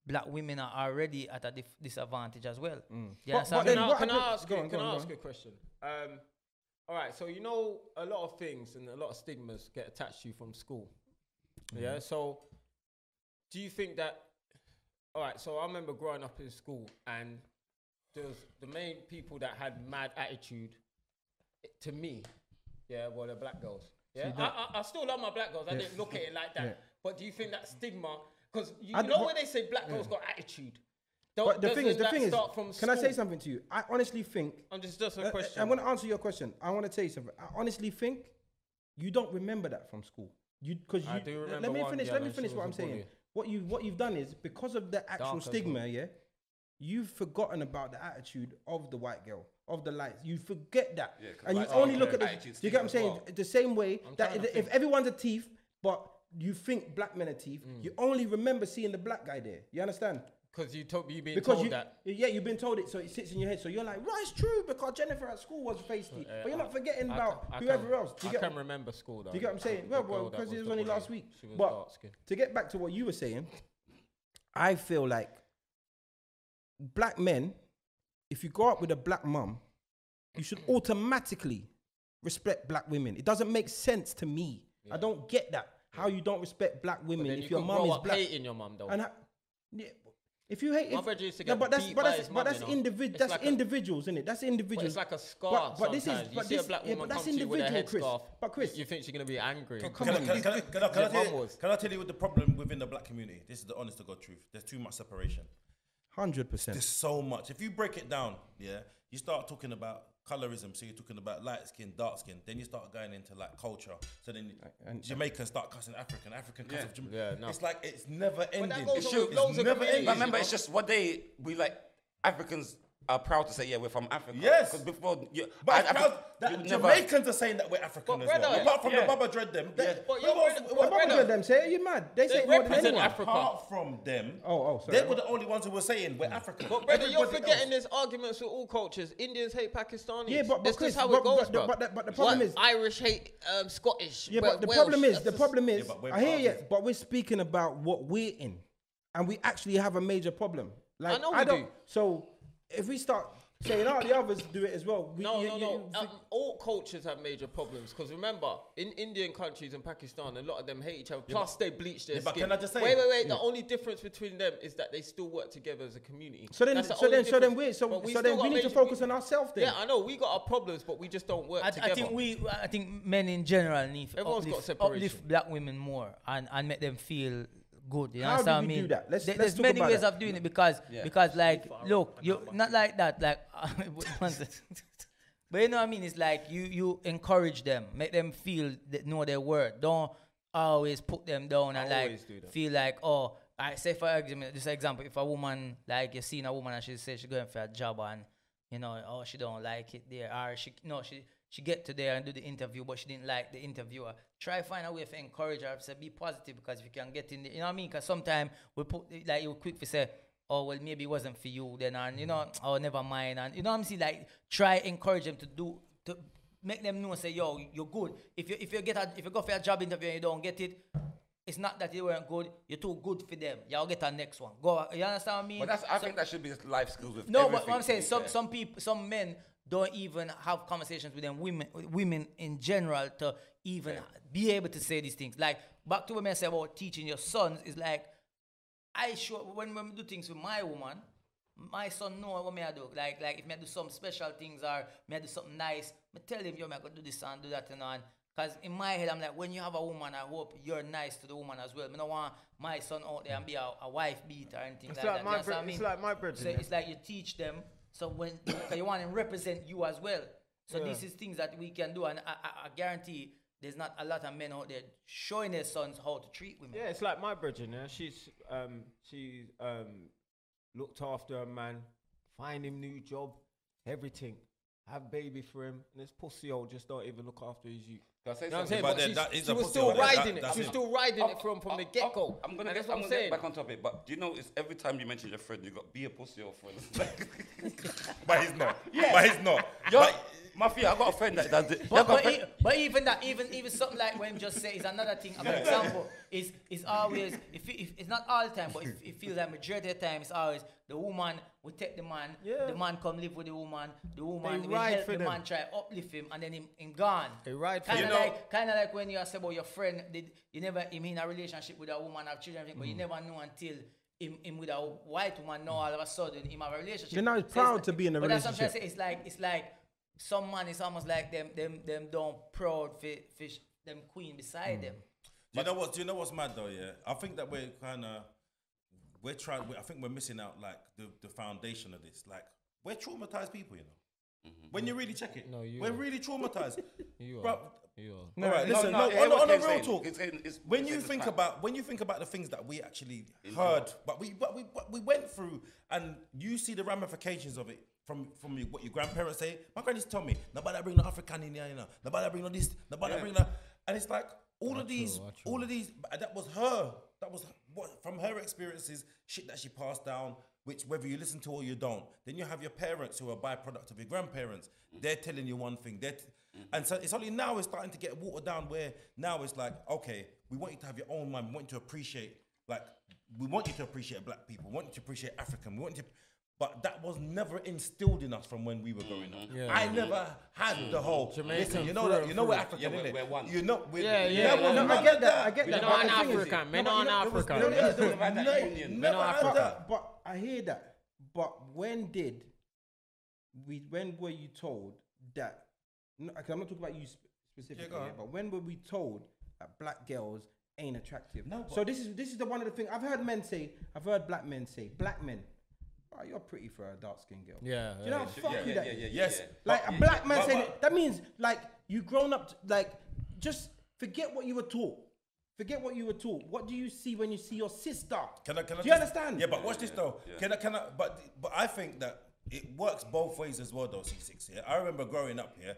black women are already at a dif- disadvantage as well yeah
Mm. But- but then
Can I-
what
can
happen-
I ask
go
you?
on, go
can
on,
I
go
ask
on.
you a question? Um, all right. So you know, a lot of things and a lot of stigmas get attached to you from school.
Mm-hmm.
Yeah. So, do you think that? All right. So I remember growing up in school, and there was the main people that had mad attitude eh, to me. Yeah, well, the black girls. Yeah, I, I, I still love my black girls. I didn't look at it like that. But do you think that stigma? Because you,
I
you
d-
know
but-
when they say black girls got attitude. Don't,
But the thing is,
doesn't
the
that
thing is,
start from
can I say
school?
something to you? I honestly think
I'm just just
Uh,
a
uh,
question.
I'm going to answer your question. I want to tell you something. I honestly think you don't remember that from school. You because you
I
let-
do
let
remember
me
one
finish.
girl
Let me
and she
finish
was
what
a
I'm saying.
bully.
What you what you've done is because of the actual
Dark as
stigma, yeah. you've forgotten about the attitude of the white girl, of the lights. You forget that,
'cause
and you
lights
only
are
look at the.
attitude
Do you get what I'm
thing as
saying? The same way that
trying
if,
to
if everyone's a thief, but you think black men are thief,
Mm.
you only remember seeing the black guy there. You understand?
Because you told you being
Because
told
you,
that.
yeah, you've been told it, so it sits in your head. So you're like, right, it's true because Jennifer at school was feisty, but you're not forgetting about
I
whoever
can,
else. Do you
I
get
can remember school though.
do you get what I'm saying?
The
Well,
girl
well,
that
because it was
the
only
bully,
last week.
She was
but
dark-skinned.
to get back to what you were saying, I feel like black men, if you grow up with a black mum, you should automatically respect black women. It doesn't make sense to me. I don't get that. How you don't respect black women
Then
if
you
your
could
mum
grow
is
up
black?
hating your mum though.
And ha- yeah, if you hate,
My
if-
brother used to
no,
get
but that's
beat
but
by
that's
his
but
mum,
that's
you know.
individ
It's
that's
like a-
individuals, isn't it? That's individuals.
like a scar sometimes. You see a black
yeah, but
woman
that's
come to you with a
individual, Chris.
headscarf,
But Chris,
you think she's gonna be angry?
Can I- can I- can I- can I- can I
Your
tell
mum
you-
was.
can I tell you what the problem within the black community? This is the honest to God truth. There's too much separation.
hundred percent.
There's so much. If you break it down, yeah, you start talking about colorism. So you're talking about light skin, dark skin. Then you start going into like culture. So then
and-
Jamaicans start cussing African, African cuss
Yeah.
of Jamaica.
Yeah, no.
It's like it's never ending.
goes
It's
on
true.
with
It's
loads of
never
communities,
ending.
But remember,
you
it's just one day we like Africans are proud to say, yeah, we're from Africa.
Yes.
Because before, you,
But
I-
I,
I-
proud that
you
Jamaicans are saying that we're African
But
as
brother,
well. Apart from
yeah.
the Baba Dread them. they-
Yeah.
But
we
your
was-
brother-
we
but
was-
brother-
Look at them say, are you mad? They say it more than
represent
anyone.
Africa.
Apart from them,
Oh, oh, sorry.
they were the only ones who were saying we're African.
But brother, you're
Everybody
forgetting
else.
there's arguments with all cultures. Indians hate Pakistanis.
Yeah, but- but
That's
Chris,
just how
but-
it goes,
but the-
bruv.
but the- but the problem
What?
is-
Irish hate um, Scottish.
Yeah,
Wel-
but the
Welsh.
problem is,
That's
the
just-
problem is,
Yeah, but we're
I hear you,
partners.
but we're speaking about what we're in, and we actually have a major problem. Like
know we
don't.
do.
So if we start saying, "Oh, the others do it as well," we,
No,
you-
no,
you-
no.
you-
Um, all cultures have major problems because remember, in Indian countries and Pakistan, a lot of them hate each other. Plus, they bleach their
Yeah, but
skin.
can I just say-
wait, wait, wait. The only difference between them is that they still work together as a community.
So then,
That's the
so
only
then, so then,
difference.
we so
But
so
still
then
got
we need to
major-
focus
we-
on ourselves. Then
Yeah, I know we got our problems, but we just don't work
I,
together.
I think we, I think men in general need to
Everyone's got
uplift,
separation.
uplift black women more and, and make them feel good. You
How do
understand
we
what I
do
mean?
that? Let's-
There-
let's
There's
talk
many
about
ways
that.
of doing it because because like look, you not like that. Like, one sec. but you know what I mean? It's like you you encourage them, make them feel that know their worth. Don't always put them down and
always
like
do that.
feel like oh. I say for example, just example, if a woman like you seen a woman and she says she's going for a job and you know, oh, she don't like it there. Or she, no, she, she get to there and do the interview, but she didn't like the interviewer. Try find a way to encourage her. Say, be positive because if you can get in there, you know what I mean? Because sometimes we put, like, you quick to say, oh, well, maybe it wasn't for you then, and, you know,
Mm.
oh, never mind. And, you know what I'm saying? Like, try encourage them to do, to make them know, say, yo, you're good. If you, if you get a, if you go for a job interview and you don't get it, it's not that you weren't good. You're too good for them. Y'all get a next one. Go. You understand what I mean?
But that's, I
So-
think that should be just life skills with
no, but
everything,
what I'm
to
saying
be
some
fair.
some people, some men don't even have conversations with them women, women in general to even be able to say these things. Like back to what I said about oh, teaching your sons is like I sure when when we do things with my woman, my son know what me I do. Like like if me I do some special things or me I do something nice, me tell him yo me I go do this and do that and on. Cause in my head I'm like when you have a woman, I hope you're nice to the woman as well. Me don't want my son out there and be a, a wife beater or anything like, that. You understand what I mean? So it's like you teach them. So when 'cause you want to represent you as well. So this is things that we can do, and I, I, I guarantee there's not a lot of men out there showing their sons how to treat women.
Yeah, it's like my brethren. Yeah, she's um, she um, looked after a man, find him new job, everything, have baby for him, and this pussy old just don't even look after his youth.
Can I say
You know what I'm saying?
something?
But
But
then
she's-
that is
she
a
was
pussy
still
old man.
riding
That-
it.
that's
She's
it.
still riding it
Oh,
from from
oh,
the
oh,
get go.
I'm gonna,
that's
get,
what
I'm
I'm
gonna get
saying.
back on topic, but do you know it's every time you mention your friend, you got be a pussy or friend. but he's not.
Yeah. But he's not.
Yo, Mafia, I got a friend that does it.
But,
I got a
but,
friend-
e- but even that, even even something like what him just said is another thing. An example is is always if, if it's not all the time, but if it feels like majority of the time it's always the woman will take the man, the man come live with the woman, the woman
They
will
ride
help
for
the
them.
man try uplift him, and then him, him gone.
They ride for
Kind of
them. You know-
like kind of like when you ask about your friend, did you never him in a relationship with a woman have children,
Mm.
but you never know until. Him, him with a white woman now all of a sudden him have a relationship.
Then now he's
So it's
proud
like-
to be in a
but that's what I'm trying to
relationship.
say it's like it's like some man is almost like them them them don't proud fi- fish them queen
Mm.
beside them.
Do you know what? Do you know what's mad though? Yeah, I think that we're kind of we're trying. We, I think we're missing out like the the foundation of this. Like we're traumatized people, you know. When you really check it,
No, you
we're
are.
really traumatized.
You
Bruh,
are. You are.
all right, listen. No,
Oh, no, yeah,
on,
what
on a
Kev's
real
saying.
talk,
He's saying it's-
when
he's
you
saying
think
it's fact.
about when you think about the things that we actually heard, but we but we but we went through, and you see the ramifications of it from from your- what your grandparents say. My granny's tell me, nobody bring the African in here, you know, nobody bring no this, nobody bring that, and it's like all of these, all of these. but That was her. That was what from her experiences, shit that she passed down. Which whether you listen to or you don't, then you have your parents who are a byproduct of your grandparents. They're telling you one thing. They're t- and so it's only now it's starting to get watered down where now it's like, okay, we want you to have your own mind. We want you to appreciate, like, we want you to appreciate black people. We want you to appreciate African. We want you to, but that was never instilled in us from when we were growing up. I never had the whole, listen, you know that, you know we're African,
Yeah, we're-
innit?
we're one.
You know, we're,
Yeah,
you
yeah,
know,
yeah.
we're
No, I
none
get
of
that. I get
Uh, We're
that.
not
but
an
the thing is-
African. We're
No, but
not
you
an
know,
African.
there was- there
Yeah,
was
never had that
no-
union.
never
We're not
had
African.
that. But I hear that. But when did we? When were you told that? No, okay, I'm not talking about you sp- specifically,
go
yeah,
on.
but when were we told that black girls ain't attractive?
No,
So
but-
this is this is the one of the things I've heard men say. I've heard black men say. Black men. Oh, you're pretty for a dark skinned girl.
Yeah,
Do you know
yeah,
how fucky
yeah,
that
yeah,
is?
yeah, yeah,
Yes.
yeah.
Like
But-
a black man
but-
saying
but-
it, that means like you grown up. Like just forget what you were taught. Forget what you were taught. What do you see when you see your sister?
Can I? Can I
do you
just-
understand?
Yeah, but watch this though. Can I? Can I? But but I think that it works both ways as well though. C six. Yeah, I remember growing up. Yeah,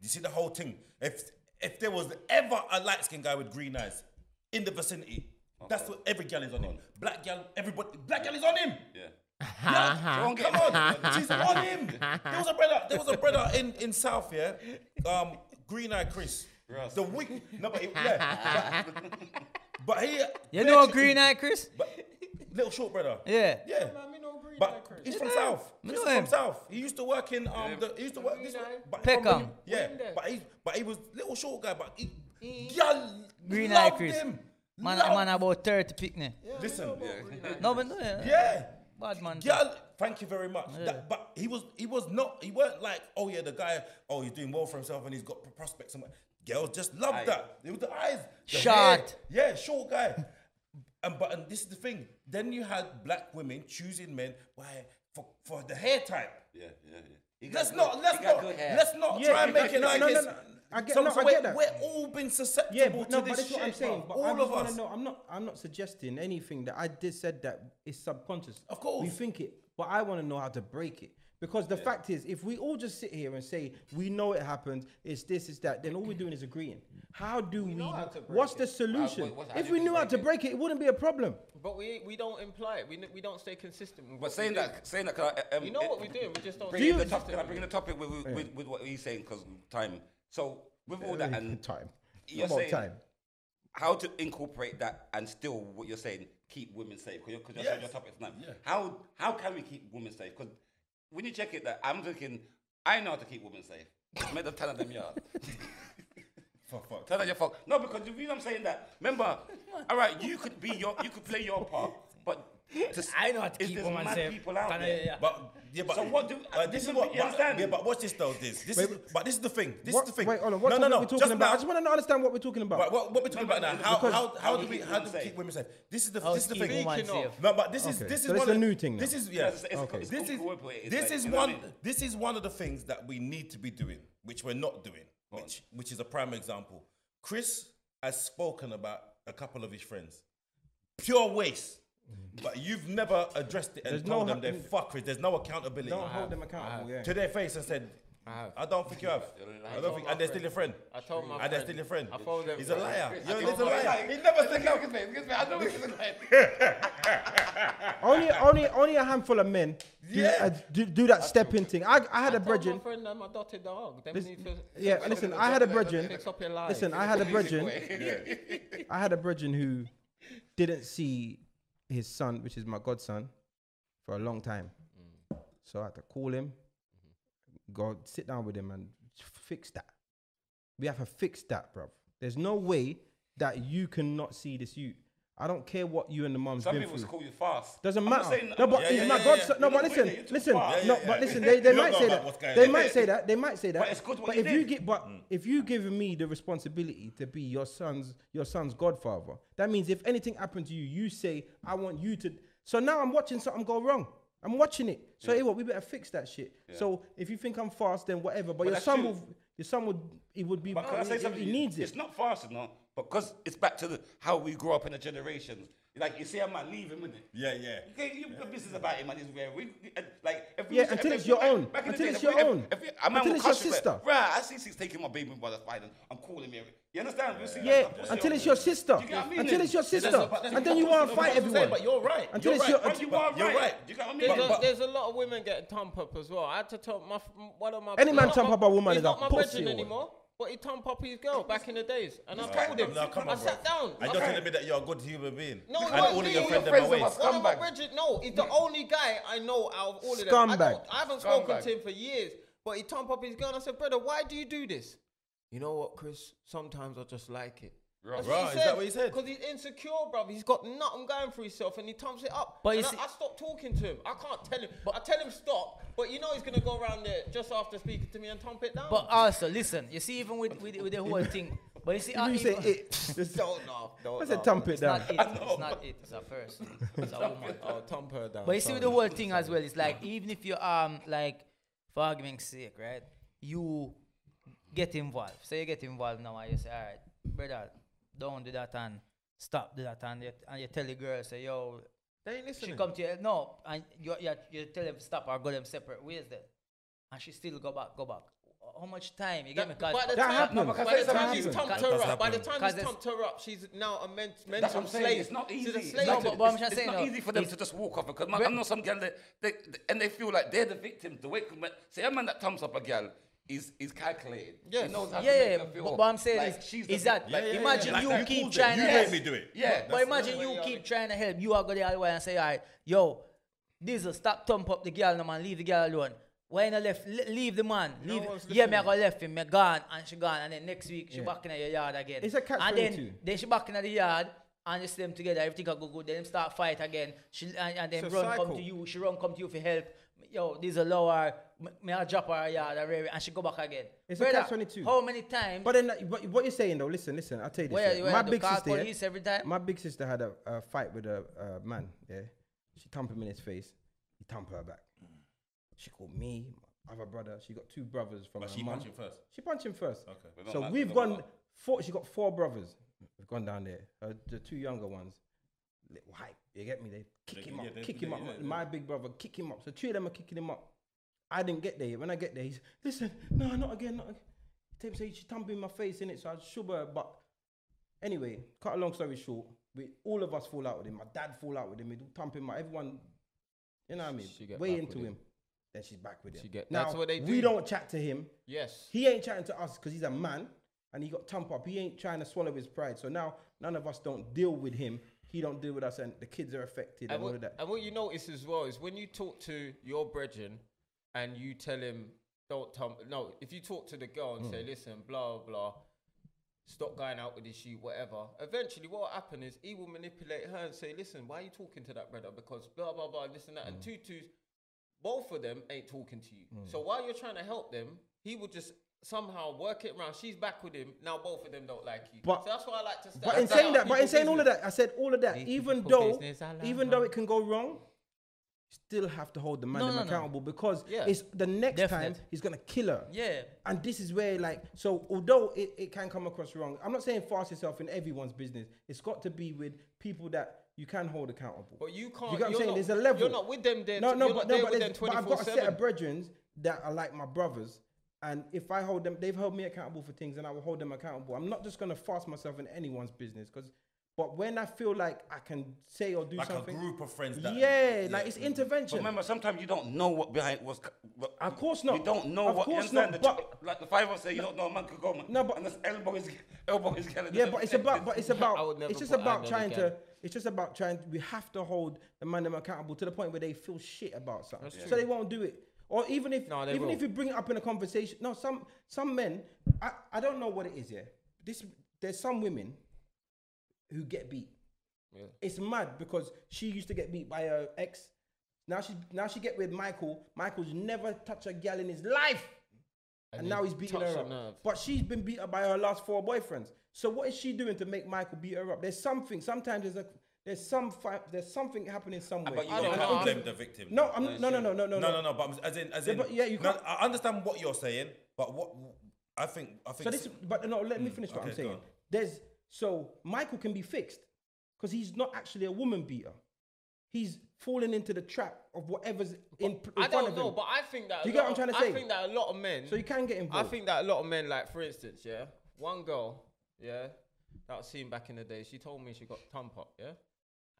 you see the whole thing. If if there was ever a light skinned guy with green eyes in the vicinity, that's what every gal is on him. Black gal, everybody, black gal is on him.
Yeah.
Yeah,
Don't get
come on, she's on him. There was a brother, there was a brother in, in South, yeah, um, Green Eye Chris.
Russ.
The week, no, but it, yeah, but, but he,
You know Green Eye Chris?
but little short brother.
Yeah.
Yeah. but he's from South.
I
He's
know
from
him.
South. He used to work in um the, he used to work this but from
Peckham.
when- Yeah. But he but he was little short guy, but he y'all
Green eye,
loved
Chris.
him.
Man,
Loved-
man about 30 picnic.
Listen.
No, but no, yeah.
Yeah.
Bad man.
Girl, thank you very much. That- but he was he was not he weren't like oh yeah the guy oh he's doing well for himself and he's got prospects somewhere. Girls just loved that. It was the eyes, the hair.
Short.
yeah, short guy. and but and this is the thing. Then you had black women choosing men why for for the hair type.
Yeah, yeah, yeah. He got
Let's
good-
not let's
he got
not
good hair.
let's not
Yeah,
try and make it
no,
like
no, no,
this.
no. I get-
So-
no,
so
I
we're,
get that.
we're all been susceptible
Yeah, but
to
no,
this
but that's
shit.
what I'm saying.
bruv.
But I
all
just
of
want
us.
to know. I'm not. I'm not suggesting anything that I did said that is subconscious.
Of course.
we think it, but I want to know how to break it. Because the fact is, if we all just sit here and say we know it happened, it's this, it's that, then all we're doing is agreeing. How do we? what's
Uh,
the solution?
what- how
if
do
we
we
knew how
break
to
it?
break it, it wouldn't be a problem.
But we we don't imply it. We, n- we don't stay consistent. with
But
what
saying
we do.
that, saying that, can I, um,
you know
it-
what we're doing. We just don't.
Bring
stay
in the
consistent
topic. Can I
with
bring in
it.
the topic with, with, with, with what he's saying because time. So with all that and
time.
you're
About
saying
time.
how to incorporate that and still what you're saying keep women safe because that's
Yes.
your topic tonight. How how can we keep women safe? Because when you check it, that I'm thinking I know how to keep women safe. Remember the tell them yeah.
Fuck, fuck.
Tell them you fuck. No, because the reason I'm saying that, remember, all right, you could be your, you could play your part, but to-
I know how to
is
keep
there's
women
mad
safe.
people out
Can I-
there.
yeah.
But yeah, but
So what do-
but this is
you
what but,
understand?
Yeah, but watch this though. This this is but this is the thing. This is
What-
the thing.
Wait, hold on. What
no, no,
topic
no.
are we talking
just
about? I
Now,
just want to understand what we're talking about.
Right, what, what we're talking about now? How
Because-
how, how do we
How
how
do
do
we
we
keep
keep women safe? This is the
How
this is
to
the
keep
thing.
woman
Speaking
safe.
of-
No, but this is
Okay,
this is
so it's
one
a
of the-
new thing
This
now.
is yeah.
It's- it's- it's
This is
incorporated,
this
like,
is
you know what I
one
mean?
this is one of the things that we need to be doing, which we're not doing, which which is a prime example. Chris has spoken about a couple of his friends. Pure waste. But you've never addressed it and
There's no
told
ha-
them they're fuckeries. There's no accountability
Don't hold them accountable. Yeah.
to their face and said, I, don't think you have. I don't think, and they're still your friend.
I told my
Ah,
and they're
friend.
still your friend.
I told them.
He's a liar. You're a little
He's
liar.
like, He never said no. Because I know he's like,
Only, only, only a handful of men. Do,
Yeah.
uh, do, do that stepping thing. I, I had a
I told
brethren.
my friend that my daughter dog. Them
This-
need to
yeah, listen, I had a brethren.
Fix up your life.
Listen, I had a brethren. I had a brethren who didn't see his son, which is my godson, for a long time. So I had to call him, go sit down with him and f- fix that. We have to fix that, bro. There's no way that you cannot see this you. I don't care what you and the mum's
Some
been
people
through.
call you fast.
Doesn't
I'm
matter.
not saying-
no, but
Yeah,
he's
yeah,
my
yeah,
godson.
yeah.
No, but
You're not
listen,
putting it, you're
listen.
talking
about-
no,
Yeah, yeah,
but
yeah.
listen. They, they
You don't
might
know
say
about
that.
what's going
They
on.
might say that. They might say that.
But it's good what
But
you
if you
did. Mm.
get, but if you give me the responsibility to be your son's your son's godfather, that means if anything happened to you, you say I want you to. So now I'm watching something go wrong. I'm watching it. So hey, what we better fix that shit. So if you think I'm fast, then whatever. But, your
that's
son
true.
will, your son would, he would be.
But can I say
he-
something?
He needs
it's
it.
not fast enough because it's back to the, how we grew up in the generations. Like you see, I might leave him in it.
Yeah, yeah.
Okay, you your business about him and his where we uh, like if we
Yeah,
used to-
until
if-
it's
if-
your
back-
own.
back in the
Until
day,
it's
if
your
we- if-
own.
If, we- a man
Until
will
it's your
cuss you, like,
sister.
Right, I see she's taking my baby by the spider. I'm calling him. You understand? We'll see that
Yeah,
stuff. We'll see
until
that
it's your
stuff.
sister.
You get what I mean?
Until it's your
Yeah, that's
sister.
what- that's
And then you
what I'm
want to fight
saying,
everyone.
But you're right.
Until
you're
it's
right.
your.
But you
until-
are
you're
right.
right.
You get what I mean?
There's,
But-
a,
but-
there's a lot of women getting tump up as well. I had to talk my f- m- one of my.
Any man
not
tump
my-
up a woman
he's
is a
not my
pussy
brethren
or what?
anymore. But he tump up his girl back in the days, and I
Nah,
called him.
nah, come
I
on, bro.
sat down.
And
I
you're
said-
telling me that you're a good human being.
No,
and
it wasn't
all of
me.
your
All
friends
your
are my
friends are
waist.
my
One of my
Scumbag.
brethren- no, he's the only guy I know out of all of them. I,
Scumbag.
don't- I haven't spoken
Scumbag.
to him for years, but he topped up his girl and I said, brother, why do you do this? You know what, Chris? Sometimes I just like it. That's
Right, is that what he said?
Because he's insecure, bruv. He's got nothing going for himself and he tumps it up.
But
But
you
and I,
see-
I stopped talking to him. I can't tell him. I tell him stop, but you know he's going to go around there just after speaking to me and tump it down.
But also, listen, you see, even with, with, with the whole thing, but you see, uh,
You say
even-
it.
don't know. Don't
I said
know.
thump it
It's
down.
not it. It's not it. It's a person. It's a woman.
I'll tump her down.
But you see, with the whole thing as well, it's like even if you um like for argument's sake, right? You get involved. So you get involved now, and you say, all right, brother, don't do that and stop do that, and you, and you tell the girl, say, yo,
They ain't
she
listening.
come to you, no, and you, you you tell them stop or go them separate ways then, and she still go back, go back. How much time you get me?
That-
'Cause-
by the
That
time,
happens.
no, because By the
That
time he's
happens.
tumped
That
her
does
up, by the
happen.
time
Cause
he's
it's-
tumped her up, she's now a men-
That's what
mental
I'm saying.
slave.
It's not easy.
She's a
It's
slave.
No,
not-
but what I'm
it's-
just saying,
It's
though,
not easy for them
is-
to just walk off because I know some girls they, they, and they feel like they're the victims. The way say a man that thumbs up a girl is is calculated.
Yes.
He knows how
Yeah,
to
yeah,
make
yeah,
her feel.
but what I'm saying
like
is-
she's
is
the
that-
vic-
Yeah, yeah, yeah, imagine
Like
you
that
keep
cool thing.
trying
You
to
made
help.
me do it.
Yeah.
But imagine you keep trying to help. You are going the other way and say, all right, yo, Diesel, stop thump up the girl, no man, leave the girl alone. Why not left? le- leave the man. Leave. yeah, me I go left him. Me gone and she gone. And then next week she
Yeah.
back in your yard again.
It's a catch
And then
22.
then she back in the yard and you see them together. Everything go good. Then them start fight again. She and, and then
It's a
run come
cycle.
to you. She run come to you for help. Yo, this a lower. Me I drop her yard already, and she go back again.
It's a
Brother,
catch 22.
How many times?
But then, that- what, what you're saying though, listen, listen, I'll tell you this.
Where-
yeah.
where
my
the
big
car
sister, yeah,
police every time?
my big sister had a, a fight with a, a man. Yeah, she thumped him in his face. He thumped her back.
Mm.
She called me, my other brother. She got two brothers from
But
her
she
Mm-hmm.
mum.
punched him first.
She punched him first.
We're not
So
like-
we've
we're not
gone
like-
four. She got four brothers. We've gone down there. Her, the two younger ones, little hype. You get me? They kick
They-
him up,
yeah, they-
kick
they-
him up.
yeah, yeah.
My big brother kick him up. So two of them are kicking him up. I didn't get there. When I get there, he's listen. No, not again. Not again. Tim said she thumped in my face in it, so I shove her. But anyway, cut a long story short, we all of us fall out with him. My dad fall out with him. We do thump him. out. Everyone, you know what I mean?
She get
Way
back
into
with
him. Then she's back with him.
She get-
now
that's what they
we
do.
don't chat to him.
Yes.
He ain't chatting to us because he's a man and he got tump up. He ain't trying to swallow his pride. So now none of us don't deal with him. He don't deal with us, and the kids are affected and,
And
all
what,
of that.
and what you notice as well is when you talk to your brethren and you tell him, don't tump. No, if you talk to the girl and say,
Hmm.
listen, blah, blah, stop going out with this, you, whatever. Eventually, what will happen is he will manipulate her and say, listen, why are you talking to that brother? Because blah, blah, blah, this and that.
Hmm.
And two, two, both of them ain't talking to you. So while you're trying to help them, he will just somehow work it around. She's back with him. Now both of them don't like you.
But-
so that's why I like to stand
But in
stand
saying
up
that, but in
people's
saying all of
business.
that, I said all of that,
These
even
people
though,
business, I like
even though
man.
it can go wrong, you still have to hold the man
No,
them
no, no.
accountable because
Yeah.
it's the next time
Definite.
he's gonna kill her.
yeah.
And this is where, like, so although it, it can come across wrong, I'm not saying fast yourself in everyone's business. It's got to be with people that you can hold accountable.
But you can't-
You get what I'm
you're
saying?
not-
There's a level.
you're not with them there
No,
t-
no,
you're
but
not
no,
there
but,
with
there's-
them
but I've got a set of
24/7.
brethren that are like my brothers, and if I hold them, they've held me accountable for things, and I will hold them accountable. I'm not just gonna fast myself in anyone's business, because. But when I feel like I can say or do
Like a
something,
group of friends that-
yeah,
yeah.
like it's
But
intervention.
remember, sometimes you don't know what behind was. What,
Of course not.
You don't know
Of
what. you
course not,
understand? The
but-
ch- like the five of us say, you don't know a man could go. Man.
No, but-
and this elbow is elbow is getting.
Yeah, but it's about, but it's about,
I would never
it's just
put
about
Ireland
trying
again.
to, it's just about trying. We have to hold the man them accountable to the point where they feel shit about something, so they won't do it. Or even if,
No, they
even
will.
if you bring it up in a conversation, no, some some men, I, I don't know what it is. Yeah, this there's some women who get beat. It's mad because she used to get beat by her ex. Now she now she get with Michael. Michael's never touched a gal in his life and, now he's beating
touched
her
a
up.
nerve.
But she's been beat up by her last four boyfriends. So what is she doing to make Michael beat her up? There's something. Sometimes there's a There's some fi- there's something happening somewhere.
But you
I don't know.
can't blame
I'm-
the victim.
no, I'm no, no, no, no, no,
no, no, no. But I'm- as in, as in,
but yeah, you
no,
can't-
I understand what you're saying, but what I think, I think.
So this, but no, let me finish what
Mm, okay,
I'm
go
saying.
on.
There's so Michael can be fixed because he's not actually a woman beater. He's fallen into the trap of whatever's in, in
I
front
don't
of
know,
him.
but I think that. a
Do you get
lot
what I'm
of-
trying to
I
say?
think that a lot of men.
So you can get
I
involved.
think that a lot of men, like for instance, yeah, one girl, yeah, that was seen back in the day. She told me she got thumb pop, yeah.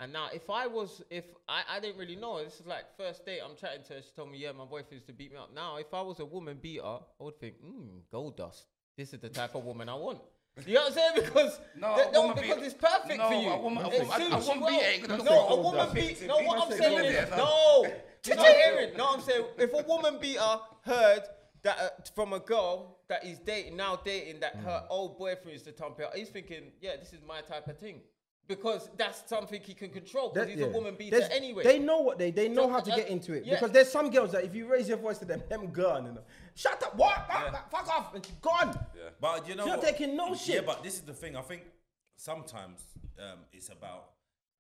And now, if I was, if I, I didn't really know, this is like first date. I'm chatting to her. She told me, yeah, my boyfriend used to beat me up. Now, if I was a woman beater, I would think, mm, gold dust. This is the type of woman I want. You know what I'm saying? Because
No,
they
a
don't,
woman
because
beat-
it's perfect
no,
for you.
a woman- a
It
woman- a
suits you
woman beat ain't gonna
well.
say
No, a
gold
woman
dust.
beat. No, what I'm
Say
saying
women
is,
there, no.
no, no, you're not hearing. No, I'm saying if a woman beater heard that uh, from a girl that he's dating now, dating that
Mm.
her old boyfriend is the thump out, he's thinking, yeah, this is my type of thing, because that's something he can control because
That-
he's a
yeah.
woman beater
There's-
anyway.
They know what they they know how to
uh,
get into it
yeah.
because there's some girls that if you raise your voice to them, them gone. You know, shut up, what, What? fuck off, and she's gone.
But you know,
You're
what?
taking no
Yeah,
shit.
but this is the thing. I think sometimes um, it's about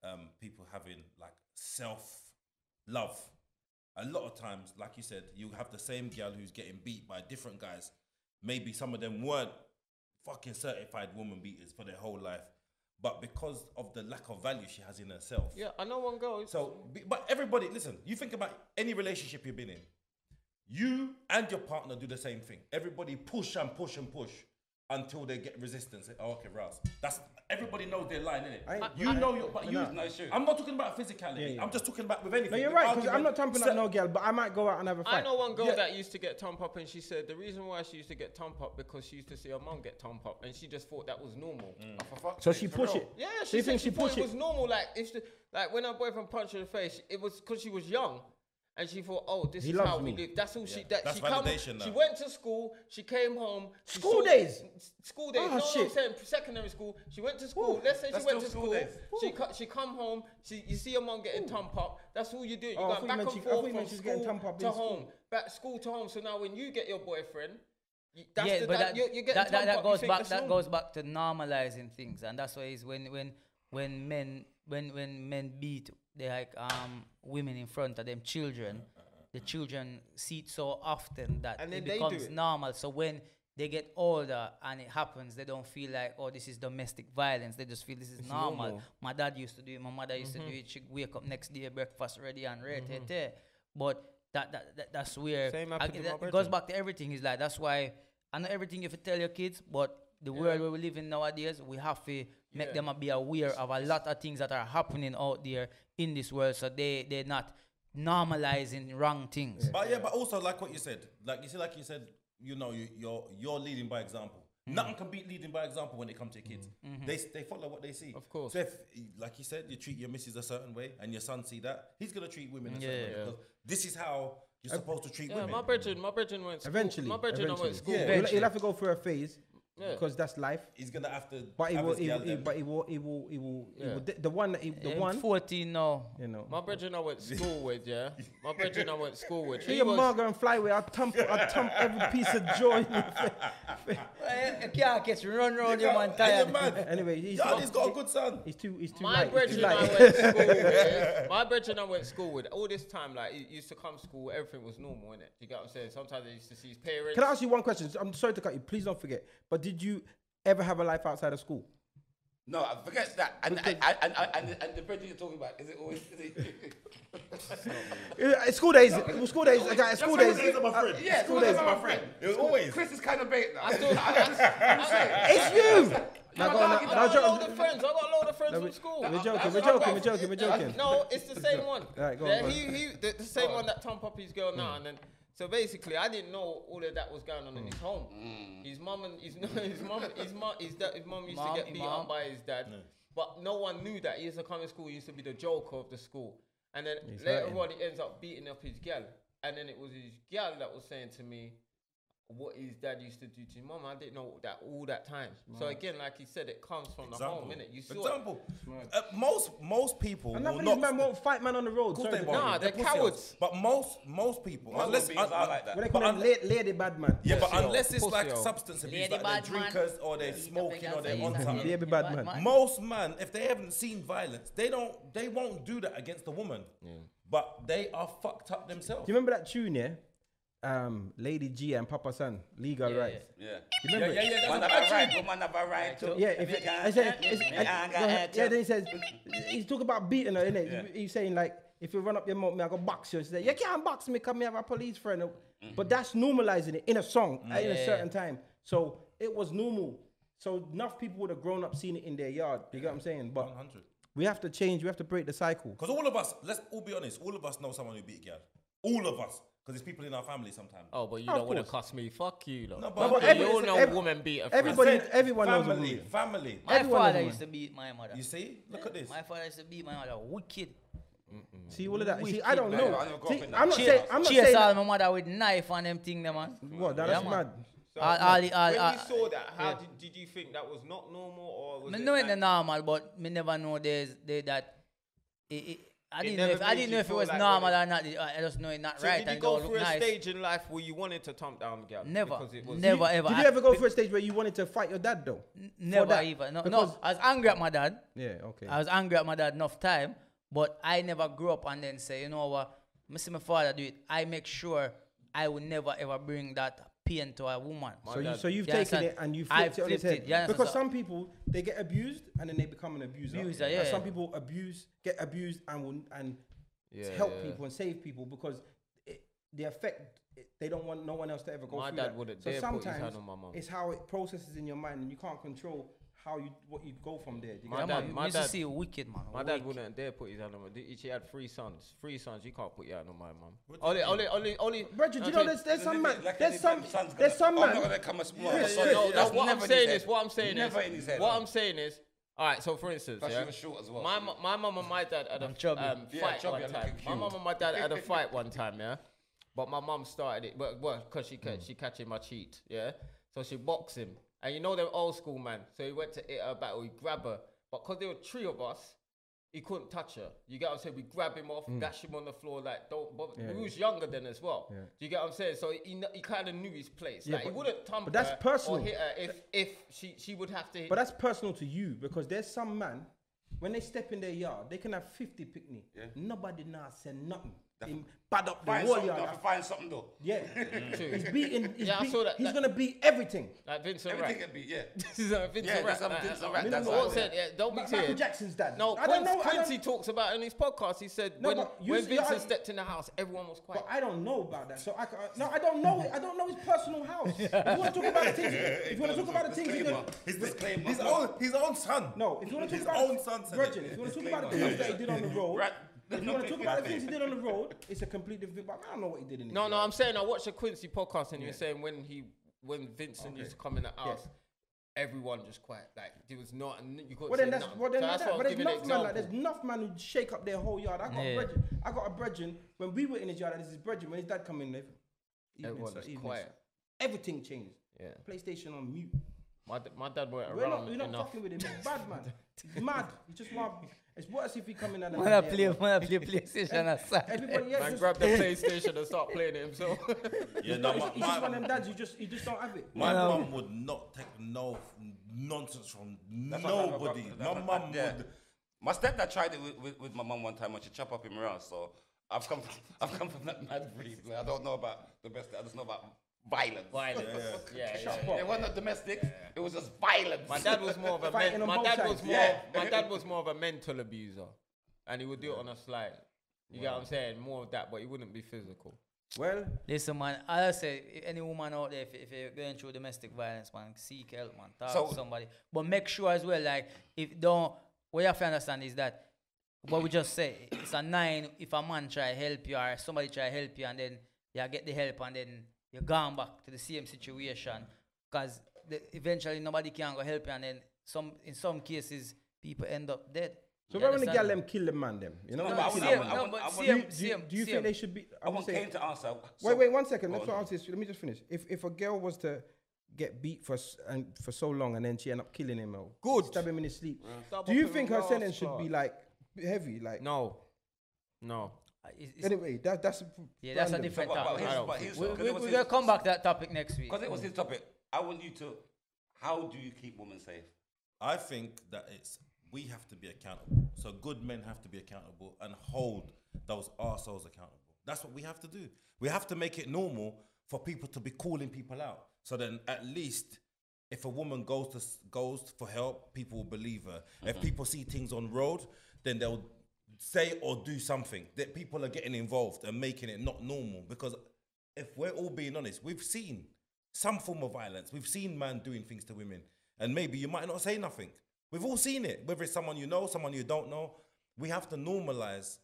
um, people having like self love. A lot of times, like you said, you have the same girl who's getting beat by different guys. Maybe some of them weren't fucking certified woman beaters for their whole life, but because of the lack of value she has in herself,
yeah, I know one girl. So
so, b- but everybody, listen, you think about any relationship you've been in, you and your partner do the same thing. Everybody push and push and push until they get resistance. Oh, okay, rouse. That's everybody knows their line,
I-
innit?
I-
You know your, but you.
no.
No, sure.
I'm not talking about physicality.
yeah.
I'm just talking about with anything.
No, you're
with
right. Because I'm
argument,
not thumping
se-
up no girl, but I might go out and have a fight.
I know one girl
Yeah.
that used to get thump up, and she said the reason why she used to get thump up because she used to see her mum get thump up, and she just thought that was normal.
So she push it.
Yeah,
So
she
you
said
think
she
she
thought
push
it was
it?
normal. Like if the, like when her boyfriend punched her in the face, it was because she was young, and she thought, oh, this
He
is
loves
how we
me.
live. That's all she that
That's
she come.
validation now.
She went to school. She came home. she
School days?
s- School days.
Oh,
no, no, I'm
shit.
saying secondary school. She went to school. Let's say she
that's
went
still
to
school
school.
days.
She co- she come home. She you see your mum getting thump up. That's all you do. You
Oh, I
go
thought you
back
meant
and
she- I thought
forth
you
from
meant she was getting thump
school
up
to
in school.
home, back school to home. So now when you get your boyfriend. you- That's
yeah,
the,
but
that,
that,
you're, you're
that,
getting
that,
thump
that
up, you
goes
think
back
that's
that
normal.
goes back to normalizing things, and that's why is when when when men when when men beat they like um women in front of them children, the children see it so often that
And then
it
they do
becomes
it.
normal. So when they get older and it happens, they don't feel like oh this is domestic violence. They just feel this is normal. My dad used to do it. My mother used to do it. She wake up next day, breakfast ready and ready. But that, that, that that's where
Same
I-
happened to my
that- it
brethren.
goes back to everything. It's like that's why I know everything you have to tell your kids, but the world where we live in nowadays, we have to make them a- be aware of a lot of things that are happening out there in this world, so they they're not normalizing wrong things.
But yeah, but also like what you said, like you see, like you said, you know, you, you're you're leading by example. Nothing can beat leading by example when it comes to your kids. They they follow what they see. Of
course.
So if, like you said, you treat your missus a certain way, and your son see that, he's gonna treat women a certain way because this is how you're supposed to treat
Yeah,
women.
my brethren, my brethren went to school.
Eventually,
my brethren
eventually.
went to school.
Yeah,
Yeah.
He'll, he'll have to go through a phase
Yeah.
because that's life.
he's gonna have to.
But it
have
will,
his
it,
girl
will-
them.
it, but it will, it will, it will, it
Yeah.
will the one, that it, the
I'm
one,
14 now.
you know.
My brethren I went to school with, yeah. My brethren I went to school with.
Me
He
and
was,
Margo and Flyway, I thump, I thump every piece of joy. in your face.
I can't catch eh, run round you man
And
tired.
your man,
anyway, he's,
yeah, he's got a good son.
he's too, he's too
my
light. He's too
brethren I
light.
went to school with. My brethren I went to school with. All this time, like, he used to come to school, everything was normal, innit? You get what I'm saying? Sometimes I used to see his parents.
Can I ask you one question? I'm sorry to cut you. Please don't forget. But did you ever have a life outside of school?
No, I forget that. And, and, and, and, and, the person you're talking about, is it always. Is it,
Yeah, School days. School days. Okay, school days.
yeah, school days, my friend. It was always. Chris is kind of bait now.
I still, I, I, I'm saying,
It's you.
I
Now go on,
got,
now-
I
now
got a load
joke-
of friends. I got a load of friends
we-
from school.
We're joking.
That's
We're
what I
joking. We're
got.
joking. We're joking.
No, it's the same one.
Alright, go on,
yeah,
go Hmm. on.
he, he, the, the same one that Tom Puppy's girl now. And then, so basically, I didn't know all of that was going on in
Hmm.
his home. His mum and his his mum his mum his dad his mum used
Mum,
to get beat
imam.
up by his dad,
Hmm.
but no one knew that he used to come to school. He used to be the joker of the school, and then later
hurting.
on he ends up beating up his gal. And then it was his gal that was saying to me, what his dad used to do to his mom. I didn't know that all that time. So again, like he said, it comes from the home, innit? You saw
Example. Uh, most most people
And that
will
means
not.
man won't fight man on the road.
Of course
Sorry,
they
but-
won't.
Nah, they're
pussy
cowards.
hoes. But most most people,
Most
unless
beings are
un-
like that.
What they
but
call them?
un-
Lady, lady bad man.
yeah, but
Pussy
unless it's
hoes.
like
Pussy hoes.
substance abuse,
Lady
like they're
bad man.
drinkers or they're
Lady
smoking or they're
bad
on
man.
something.
Lady bad man.
man.
Most man, if they haven't seen violence, they don't. They won't do that against a woman. But they are fucked up themselves.
Do you remember that tune, yeah? Um, Lady G and Papa San, legal rights.
Yeah.
Do You remember?
yeah,
it?
yeah,
Man
that's a bad
have a
tune.
right, woman have a right to.
Yeah, if it, I said, it's, I, go ahead. yeah, then he says, he's talking about beating her, innit? He's saying, like, if you run up your mouth, me, I go box you. She said, you can't box me, come me have a police friend.
Mm-hmm.
But that's normalizing it in a song
Mm.
at in a certain time. So it was normal. So enough people would have grown up seeing it in their yard. You get what I'm saying? But
100.
we have to change, we have to break the cycle.
Because all of us, let's all be honest, all of us know someone who beat a girl. All of us. Because it's people in our family sometimes.
Oh, but you
Of
don't want to
course.
cuss me. Fuck you, lot.
No, but-
Fuck
but
you.
every-
you all
it's
know
every-
women beat a friend.
everybody-
Said
everyone knows a
family,
woman.
Family.
My
Everyone is a
father
woman.
used to beat my mother.
You see? Look at this.
My father used to beat my mother. Wicked.
See all of that. See, I don't know.
I never grew up
See,
in that.
I'm not
Cheers.
saying. I'm not
Chase
saying.
all my mother with knife and them thing, them man.
What? That's
man.
mad.
All, all, the- all,
when
all,
you saw that, how
yeah.
did, did you think that was not normal or was
Me
it
know
like,
it's normal, but me never know there's there that. It, it, I
It
didn't know
never
if I
made
didn't
you
know if it
feel
was
like
normal
what
or not. I I just know it not
So
right
did
and
you
it
go
don't look
through a
nice.
stage in life where you wanted to thump down girl?
Never,
because it was-
never ever.
Did
I-
you ever go for a stage where you wanted to fight your dad though?
never
that?
even. No,
Because-
no, I was angry at my dad.
Yeah. Okay.
I was angry at my dad enough time, but I never grew up and then say, you know what, me see my father do it. I make sure I will never ever bring that pain to a woman.
So, you, so you've
You
taken
understand?
it and you
I
flipped it on
flipped
its head.
it, you understand?
because
So-
some people they get abused and then they become an abuser.
Abuser,
And
yeah.
Some people abuse, get abused, and will and help people and save people because it, the effect it- they don't want no one else to ever go
My
through
dad
that.
wouldn't
so
dare put his hand
sometimes
on my mum.
it's how it processes in your mind, and you can't control how you what you go from there. Do you
My
Yeah,
get
dad-
man, me used to see it wicked man.
My dad
wicked.
wouldn't dare put his hand on my. She had three sons. Three sons. You can't put your hand on my mum.
Only, only, only, only.
Bro, do you know there's there's some man
Like
there's
any
some
damn son's gonna-
there's some
I'm not
man
gonna come as small.
Chris,
Sorry,
Chris,
that's
that's
No, what
never
I'm
in
saying
his
is,
head.
what I'm saying
Never
is,
in his head.
what I'm saying is, all right. So for instance,
Plus,
yeah,
she was short as well.
My mu- my mum and my dad had a
chubby.
um,
Yeah,
fight
chubby, I'm
one
looking
time. My
cute.
mum and my dad had a fight one time, yeah. But my mum started it, well, well, cause she ca- she catching my cheat, yeah. So she boxed him, and you know they're old school man. So he went to hit her battle, he grabbed her, but cause there were three of us, he couldn't touch her. You get what I'm saying? We grab him off, dash him on the floor, like don't. But we was younger then as well. Do you get what I'm saying? So he, kn- he kind of knew his place. like
but-
he wouldn't thump
but that's
her
personal.
Uh, or hit her if if she she would have to. Hit
But that's personal to you because there's some man, when they step in their yard, they can have 50 picnic. Nobody now said nothing. Him Bad up the
Find
wall
something,
yard.
though, find something though.
Yeah. he's beating. He's
Yeah, I
beat-
saw that-
He's
that-
going to beat everything.
like Vincent
Everything
Wright.
can be, yeah.
This is a Vincent
Yeah,
Rat.
there's some
like,
Vincent
uh,
Rat,
you
that's
know what
how
I'm
it
saying? Yeah, don't be
Ma-
saying.
Michael Jackson's dad.
No,
I don't
Quincy,
know. I
Quincy
don't,
talks about it in his podcast. He said
No,
when,
but you
when
see,
Vincent
I-
stepped in the house, everyone was quiet.
but I don't know about that. So I can't. No, I don't know. it. I don't know his personal house. if you want to talk about the things, if you want to talk about the things, you
Disclaimer.
can,
His disclaimer.
His own, his own son.
No, if you want to
His
talk about
own son said
Virgin,
it.
if you want to talk about the things that he did on the road,
Right.
if you
No,
want to
no,
talk
no,
about the
no.
things he did on the road, it's a complete different. thing, But I don't know what he did in. his
no, no,
yard.
I'm saying I watched a Quincy podcast and he was saying when he when Vincent used to come in the house. Everyone just quiet, like there was not. You got
Well then, that's well then
so
like
that's
that. But
what I'm
there's
giving an
enough man like
example.
there's enough man who shake up their whole yard. I got a
Yeah.
brethren. I got a brethren. When we were in his yard, this is brethren. When his dad come in, they- evening,
Everyone
sir,
was
evening,
quiet.
sir. Everything changed.
Yeah.
PlayStation on mute.
My, d- my dad weren't
We're
around
not, we're not
enough.
fucking with him. He's bad man. He's mad. He just want. It's worse if he come in and.
When I play, when I play PlayStation, I sat.
Everybody, yeah,
Man
just,
grabbed the PlayStation and start playing it himself.
Yeah, no,
he's,
my,
he's just
my,
one of them dads. You just, you just don't have it.
my mum would not take no nonsense from
what-
nobody.
that's
My
what-
mum
yeah.
would.
My stepdad tried it with, with, with my mum one time and she chopped up him around. So I've come from, I've come from that mad breed. Like, I don't know about the best. I just know about violence.
Violence. Yeah, yeah, yeah.
It wasn't domestic. It was just violence.
My dad was more of a
Fighting
men-
on
my
both
dad
sides.
was more
Yeah.
my dad was more of a mental abuser, and he would do it on a slide. You get what I'm saying? More of that, but he wouldn't be physical.
Well,
Listen, man. I just say i- any woman out there, if, if you're going through domestic violence, man, seek help, man. Talk
So-
to somebody, but make sure as well, like, if don't, what you have to understand is that what we just say, it's a nine. If a man try help you or somebody try help you, and then you get the help, and then you're gone back to the same situation, because eventually nobody can go help you, and then some, in some cases, people end up dead.
So
You
why when the
understand?
girl them kill the man them? You know
No,
what
but I
I'm
want-
saying?
I want- I
No,
want- I
but
Do
want-
you,
CM,
do you,
CM,
do you
CM.
think they should be?
I
I'm
want
just saying-
Kane to answer. So-
wait, wait, one second. Let's
Go
not
on.
ask this. Let me just finish. If if a girl was to get beat for s- and for so long and then she end up killing him or
Good.
stab him in his sleep,
Stab
do
up
you
in
think
the
her
ass,
sentence should be
blood.
like heavy? Like
No. No.
Uh, it's- it's-
anyway, that that's a
yeah, that's a
random.
different
But- but
topic.
here's-
I don't
but
think-
here's-
We,
'cause
we,
it was
we're
his-
gonna come back to that topic next week.
Because it was his topic. I want you to. How do you keep women safe?
I think that it's we have to be accountable. So good men have to be accountable and hold those arseholes accountable. That's what we have to do. We have to make it normal for people to be calling people out. So then at least if a woman goes to s- goes for help, people will believe her. If people see things on road, then they'll say or do something. That people are getting involved and making it not normal because if we're all being honest, we've seen some form of violence. We've seen man doing things to women, and maybe you might not say nothing. We've all seen it, whether it's someone you know, someone you don't know. We have to normalize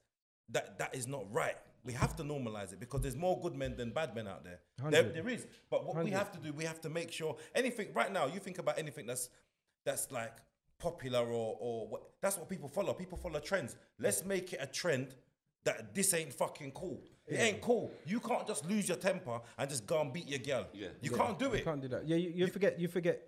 that that is not right. We have to normalize it because there's more good men than bad men out there. There, there is, but what we have to do, we have to make sure anything right now. You think about anything that's that's like popular or or what, that's what people follow. People follow trends. Let's make it a trend that this ain't fucking cool. It ain't cool. You can't just lose your temper and just go and beat your girl.
Yeah.
You can't do
You
it.
can't do that. Yeah, you, you forget. You forget.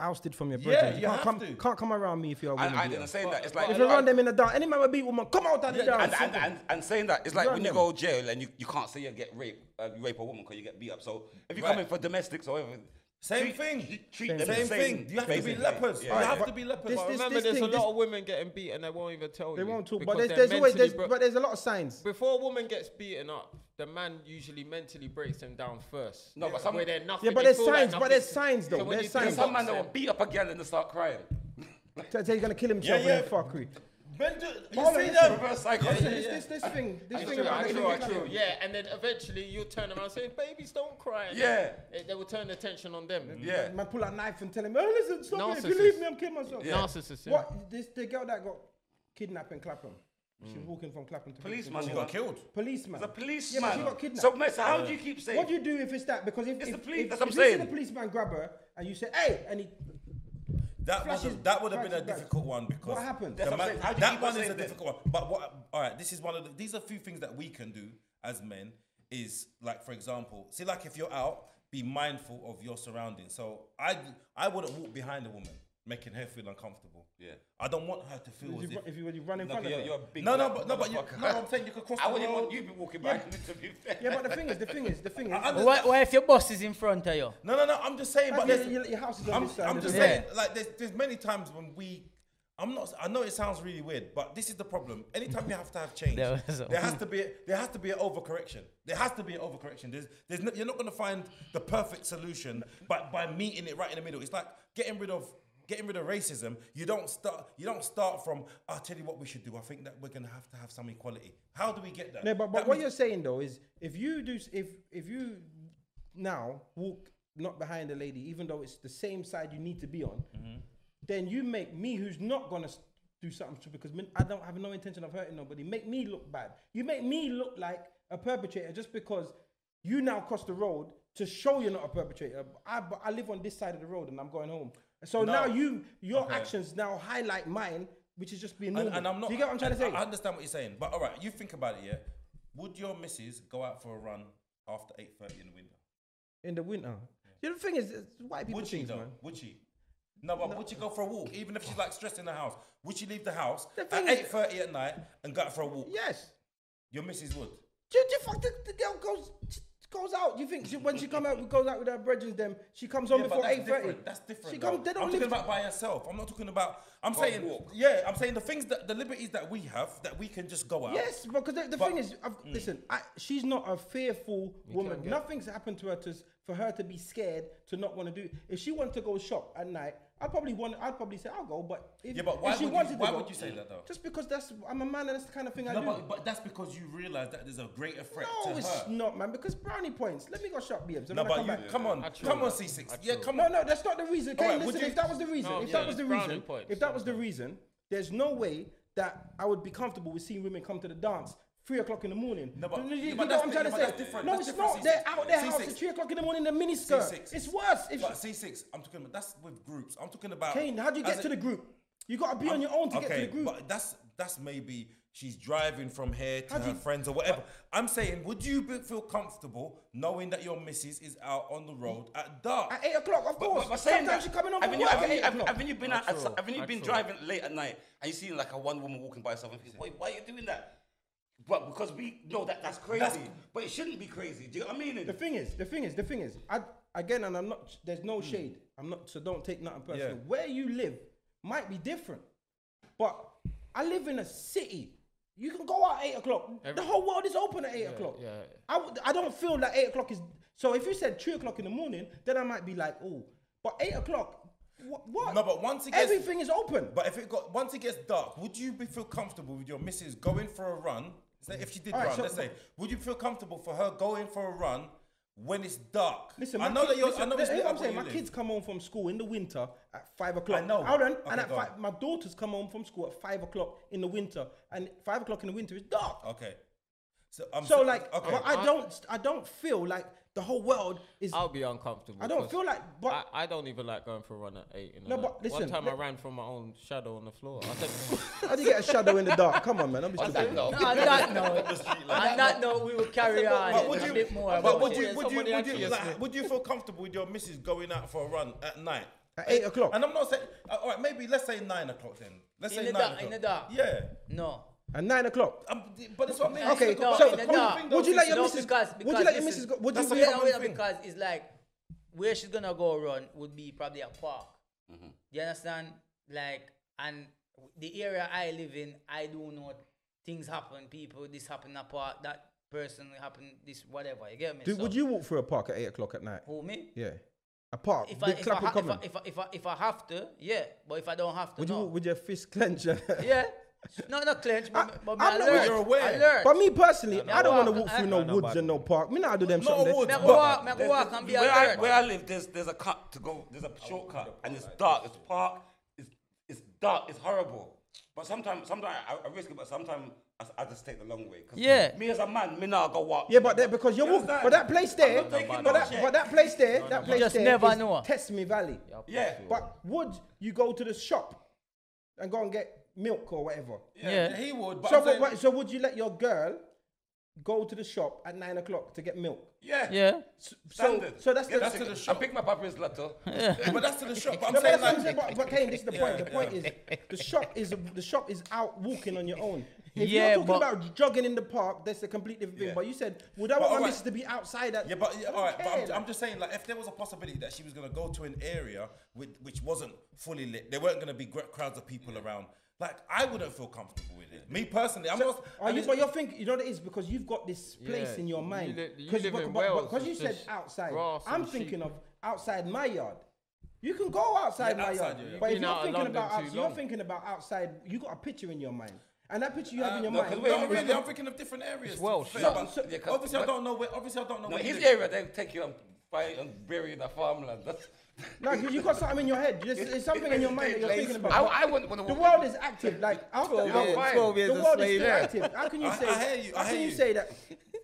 Ousted from your
Yeah,
brethren.
you
can't
have
come.
to.
Can't come around me if you're a woman.
And I
beater.
didn't say that. It's like
If you run them in the dark, any man will beat woman. Come out of the
Yeah,
dark.
and, and, and, and saying that it's like
Run
when you
them.
go to jail and you, you can't say you get raped, uh, you rape a woman because you get beat up. So if you come
Right.
in for domestics or everything,
Same
treat-
thing.
you treat
Same
them the
thing. You have to be
basically.
lepers.
Yeah.
You have to be lepers.
This- this-
But remember-
Remember, there's
thing-
a lot of women getting beaten. They won't even tell you.
They won't talk. But
because
there's,
they're
there's always
mentally
there's,
bro-
but there's a lot of signs.
Before a woman gets beaten up, the man usually mentally breaks them down first.
No, but some-
where they're nothing.
Yeah, but
they
there's
feel like
signs, but
nothing.
there's signs though.
So when
There's
you do
signs.
Some man
box
that will
them-
beat up a girl and they start crying.
Tell tell he's gonna kill himself
Yeah,
with
yeah.
that fuckery.
Men do-
Hold
You
on,
see
listen.
them.
Reverse psychology.
This, this, this thing, this
True,
thing about
true,
the-
true. Yeah, and then eventually you'll turn around and say, "Babies, don't cry." And
Yeah.
they, they will turn the attention on them.
Yeah.
Man, pull out a knife and tell him, "Oh, listen, stop it. If
Narcissist.
you leave me, I'm killing myself."
Yeah.
Narcissist. yeah.
What? This the girl that got kidnapped in Clapham. She
Mm.
was walking from Clapham to
Policeman.
She got killed.
Policeman.
The policeman.
Yeah, but she got kidnapped.
So, mate, so how do you keep saying?
What do you do if it's that? Because if
It's
if,
the police,
if,
that's what
if
I'm
you see
saying.
the policeman grab her and you say, "Hey," and he,
That
Flashes-
was that would have been a
flashes back.
difficult one because
What happened?
the
That's what I'm
man-
saying. How do you
that
keep
one is
on
a
saying that?
difficult one. But what? All right, this is one of the, these are a few things that we can do as men. Is like for example, see like if you're out, be mindful of your surroundings. So I I wouldn't walk behind a woman, making her feel uncomfortable.
Yeah.
I don't want her to feel.
if
As
you,
if,
if you, you run in
No,
front of
you're,
her.
you're a big
No, no,
black
but- no, but you-
motherfucker.
no, I'm saying you could cross
I
the
wouldn't
road.
want you be walking by. To be fair.
Yeah, but the thing is, the thing is, the thing is,
I under-
Why, why if your boss is in front of you?
no, no, no. I'm just saying. But
your,
listen-
your, your house is on
I'm,
this side.
I'm
of
just
the-
saying, like, there's, there's many times when we, I'm not, I know it sounds really weird, but this is the problem. Anytime you have to have change,
There
there,
was a-
has to be, there has to be an overcorrection. There has to be an overcorrection. There's, there's no, you're not going to find the perfect solution, but by meeting it right in the middle, it's like getting rid of. Getting rid of racism, you don't start. You don't start from. I'll tell you what we should do. I think that we're gonna have to have some equality. How do we get that?
No, but,
That
but what
means-
you're saying though is if you do s- if if you now walk not behind the lady, even though it's the same side you need to be on,
Mm-hmm.
then you make me who's not gonna s- do something stupid because min- I don't have no intention of hurting nobody. Make me look bad. You make me look like a perpetrator just because you now cross the road to show you're not a perpetrator. I but I live on this side of the road and I'm going home. So
No.
now you your
Okay.
actions now highlight mine, which is just being normal.
And, and I'm not.
do you get what I'm trying to
and
say?
I understand what you're saying, but all right, you think about it. Yeah, would your missus go out for a run after eight thirty in the window?
in the winter. You know, the thing is, it's white people
Would she
things,
though?
man.
Would she? No, but would she go for a walk, even if she's like stressed in the house? Would she leave the house
The
at
thing is-
eight thirty at night and go out for a walk?
Yes.
Your missus would.
Do you, do you fuck the, the girl goes she goes out? You think she, when she come out goes out with her brethren, them she comes home
Yeah, but
before
that's
eight thirty.
different. That's different.
She
though.
come, they
I'm
don't
talking
live.
about by herself. I'm not talking about. I'm
Go
saying,
walk.
yeah, I'm saying the things that the liberties that we have that we can just go out.
Yes, because the, the
But- Mm.
thing is, I've, listen, I, she's not a fearful woman. Nothing's happened to her to s- for her to be scared to not want to do. If she wanted to go shop at night, I'd probably want. I'd probably say I'll go, but if,
Yeah, but why
if she
would you-
wanted to
why
go-
would you say that, though?
Just because that's I'm a man and that's the kind of thing I
No,
do.
but, but that's because you realise that there's a greater threat to
no,
her.
it's not, man. Because brownie points. Let me go shop, babes. and when
No,
I
but
come
you,
back-
come on,
Actual.
come on, C6. Yeah, come
No,
on.
no, that's not the reason. Okay,
Alright, would
listen,
you-
if that was the reason,
No,
if
yeah,
that was the
it's brownie
reason,
points,
if that was the reason, there's no way that I would be comfortable with seeing women come to the dance three o'clock in the morning.
No,
You
but-
know
yeah, but
what
that's
I'm
di-
trying to
yeah, but
say?
that's different.
No,
That's
it's
different,
not. They're
C6.
out their house
C6.
at three o'clock in the morning in a miniskirt.
C6.
It's worse. If
But C6, I'm talking about that's with groups. I'm talking about
Kane, how do you get
as
to
a-
the group? You gotta be on your own to
okay,
get to the group.
But that's that's maybe she's driving from here to
How do
her
you-
friends or whatever. I'm saying, would you be, feel comfortable knowing that your missus is out on the road at dark?
At eight o'clock, of course. Sometimes you're coming on
haven't
from
you,
work at
haven't you,
eight
haven't,
o'clock.
haven't you been out, haven't you been driving late at night and you seen like a one woman walking by herself and think, wait, why are you doing that? But because we know that that's crazy, but it shouldn't be crazy. Do you know what I mean?
The thing is, the thing is, the thing is, I again, and I'm not. There's no shade. I'm not. So don't take nothing personal.
Hmm. Yeah.
Where you live might be different, but I live in a city. You can go out at eight o'clock. the whole world is open at eight o'clock.
yeah, yeah.
I, would- I don't feel that eight o'clock is. So if you said three o'clock in the morning, then I might be like, oh, but eight o'clock. What? what?
No, but once it gets-
everything is open.
But if it got once it gets dark, would you be, feel comfortable with your missus going for a run? Say if she did
Alright,
run,
so-
let's say, would you feel comfortable for her going for a run when it's dark?
Listen,
I
my
know
kid-
that you're. I
listen,
know it's
here's
lit
what
up
I'm
where
saying.
you
My
live.
kids come home from school in the winter at five o'clock.
know.
Hold on,
Okay,
and at
go on.
five, my daughters come home from school at five o'clock in the winter, and five o'clock in the winter is dark.
Okay. So Oh, I'm
so like,
okay.
but I don't, I don't feel like the whole world is.
I'll be uncomfortable.
I don't
'cause
feel like, but
I, I don't even like going for a run at eight. In the
No,
night.
but listen,
One time I
let-
ran from my own shadow on the floor. I said,
how do you get a shadow in the dark? Come on, man. I'm just.
that no.
on that note, on that note, we will carry on
But would
a
you,
bit more.
but
about
would
it.
you, would you,
somebody
would you,
actually
like,
asked
would you feel comfortable with your missus going out for a run at night?
At eight o'clock.
And I'm not saying, uh, all right, maybe let's say nine o'clock then. Let's
In the
say nine
dark-
o'clock.
in the dark.
Yeah.
No.
At nine o'clock.
Um, but it's what I mean.
Okay,
It's a
no, in
so
the
common
dark.
thing, though,
would you let your
No,
missus?
because-
Would you
because
let your
this
missus
is-
go? Would you
that's a
be?
Yeah,
common
yeah,
thing.
because it's like where she's gonna go run would be probably a park. You understand? Like, and the area I live in, I do know things happen. People, this happened a park. That person happened. This whatever. You get me?
Dude,
So-
would you walk through a park at eight o'clock at night?
Who me?
Yeah, a park.
If I,
Big
if, I,
clapping
ha- if, I,
coming.
if, I, if, I, if I have to, yeah. But if I don't have to,
Would you
no.
walk with your fist clenched?
yeah. No, not clench, but,
I-
but
I'm
me
not-
alert.
You're aware.
Alert.
But me personally, I don't want to
walk-
walk through
I-
no
no,
woods
but-
and no park. Me not do them
Not
something.
woods,
Me I
but-
go walk, me I go walk and be
where, I,
alert.
where I live, there's there's a cut to go. There's a shortcut, and it's dark. It's park. It's it's dark. It's horrible. But sometimes, sometimes I, I risk it. But sometimes I, I just take the long way. 'cause
Yeah.
Me as a man, me now go walk.
Yeah, but that because you're
You
walking,
understand?
but that place
I'm
there,
not taking
but
no
that,
shit.
but that place there, that place
Just
there
never
is
know.
Test me Valley.
yeah.
But would you go to the shop and go and get milk or whatever?
yeah.
He would. But
so,
I'm
what-
saying-
what- so would you let your girl go to the shop at nine o'clock to get milk?
Yeah.
Yeah.
So,
Standard.
so that's
Yeah,
the.
that's
to the
it.
shop.
I pick my papa's letter.
but that's to the shop. But I'm
No, but,
saying
that's what I'm saying,
like,
but, but Kane, this is the point. the point is, the shop is the shop is out walking on your own. If
Yeah,
you're talking
but-
about jogging in the park, that's a completely different thing.
Yeah.
But you said, would I
But
want my
alright.
missus to be outside? At,
yeah, but yeah,
I don't
all right. But I'm,
care,
I'm just saying like, if there was a possibility that she was gonna go to an area with, which wasn't fully lit, there weren't gonna be gr- crowds of people around. Like, I wouldn't feel comfortable with it. Me personally, I'm not.
Are
and
you,
it's-
but you're thinking, you know what it is because you've got this place
Yeah,
in your
you
mind.
li- you
'Cause-
live
but-
in
but-
Wales,
because you
it's
said
just
outside.
grass
I'm
and
thinking
sheep.
of outside my yard. You can go outside
Yeah,
my
outside
yard,
your yard.
but if
Been
you're
out of
thinking
London
about
too
outside, you're
long.
thinking about outside. You got a picture in your mind, and that picture you
Ah,
have in your
no, 'cause
mind.
wait,
is-
no,
is
really,
not-
I'm thinking of different areas.
Welsh.
Fair,
So-
but
so- yeah, 'cause-
obviously, I
but-
don't know where. Obviously, I don't know
No,
where. you
his
live.
area, they take you and bury and bury in the farmland. That's
No, 'cause you got something in your head. There's, there's something in your mind that you're thinking about.
I, I wouldn't want
the
to.
world is active. Like after
Twelve years-
Fine.
twelve years
the
a
world is
slave.
still active. How can you
I-
say?
I hear you, I
how can
hear
you
you.
say that?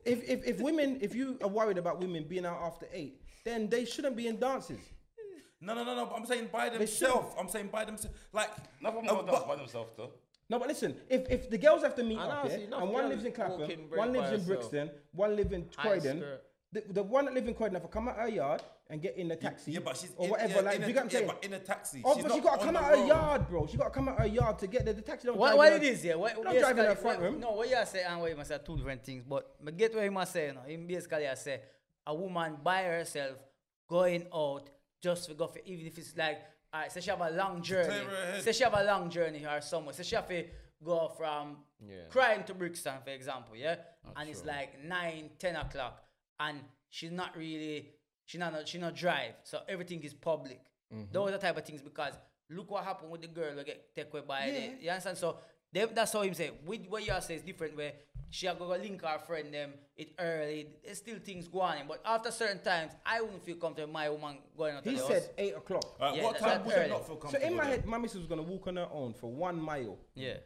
If, if if women, if you are worried about women being out after eight, then they shouldn't be in dances.
No, no, no, no. but I'm saying by themselves. I'm saying by themselves. Like
Nothing
uh,
more
but-
does by themselves though.
No, but listen, if, if the girls have to meet
I
up
know,
here,
see, enough
and one
girls
lives in
walking
Clapham,
very
one
by
lives in
herself.
Brixton, one lives in
High
Croydon,
skirt.
the, the one that lives in Croydon have to come out her yard and get in the taxi
yeah, but she's
or
in-
whatever.
yeah,
like,
in
do
a-
you get what I'm
yeah,
saying?
but in a taxi.
Oh,
She's
but she
not
got
on
to come
the
out her
road.
yard, bro. She got to come out her yard to get there. The taxi don't
What,
drive
what
in
it
her-
is, yeah? What,
don't drive in her
basically,
front
what-
room.
No, what you are saying and what you must say are two different things. But I get what you must say, you know. Him basically, I say a woman by herself going out just for go for even if it's like, all right, say she have a long journey.
clear her head.
Say she have a long journey or somewhere. Say she have to go from
Yeah.
Crime to Brixton, for example, yeah? and it's like 9, 10 o'clock, and she's not really, she not, she not drive, so everything is public. Those are type of things because look what happened with the girl who get taken away by
Yeah.
the, you understand? So they, that's how him say, with what you are say is different where she a go go link her friend them, it early, there's still things going on, but after certain times, I wouldn't feel comfortable my woman going out to
He
the
said
house.
eight o'clock.
All right,
Yeah,
what
that-
time
that's
would you
early.
not feel
So
comfortable?
in my
then?
head, my missus was gonna walk on her own for one mile
Yeah.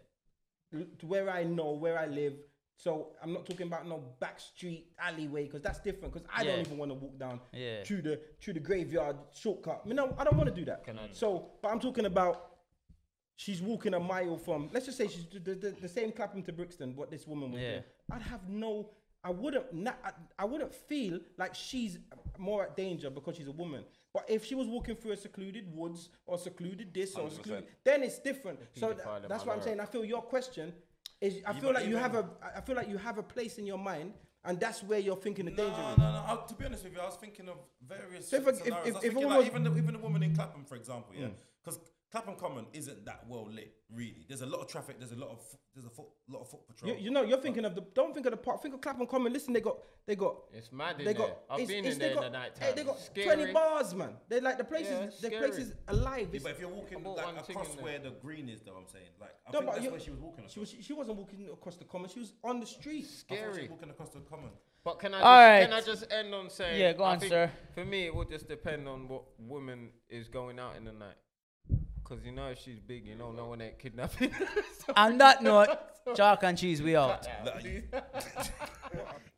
l- to where I know, where I live. So I'm not talking about no back street alleyway because that's different. Because I
Yeah.
don't even want to walk down
Yeah.
through the through the graveyard shortcut. I mean, no, I don't want to do that. so, but I'm talking about she's walking a mile from, let's just say she's the, the, the same Clapham to Brixton, what this woman was
Yeah.
doing. I'd have no, I wouldn't, na I, I wouldn't feel like she's more at danger because she's a woman. But if she was walking through a secluded woods or secluded this or secluded, then it's different. So tha-
Pedophile and
that's what I'm
malora.
saying. I feel your question is, I
You
feel
got
like you
even-
have a, I- I feel like you have a place in your mind, and that's where you're thinking the danger
No,
is.
no, no. I, to be honest with you, I was thinking of various
So if a- if-
scenarios.
if-
I was
if
thinking,
all
like,
was- Mm.
even, the, even the woman in Clapham, for example, yeah, because Clapham Common isn't that well lit, really. There's a lot of traffic. There's a lot of fo- there's a fo- lot of foot patrol.
You, you know, you're thinking of the. Don't think of the park. Think of Clapham Common. Listen, they got, they got.
It's mad in
they
there.
got.
I've
it's-
been
it's-
in
they
there in
got-
the night
hey,
time.
they got twenty
Scary.
bars, man. They like the places.
Yeah,
the
scary.
places alive.
yeah,
It's-
but if you're walking
bought
like
one thing
across
in there.
where the green is, though, I'm saying like I
No,
think
but
that's
you-
where she was walking.
she was. She wasn't walking across the common. She was on the street.
across. She
Scary.
was walking across the common.
But can I just,
All
can I
right.
just end on saying?
Yeah, go
I
on,
think
sir.
For me, it will just depend on what woman is going out in the night. Cause you know if she's big, you know no one ain't kidnapping.
On that note, chalk and cheese, we out.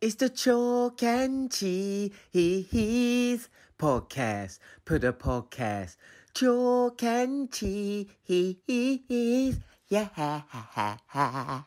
It's the Chalk and Cheese podcast. Put a podcast. Chalk and Cheese. Yeah.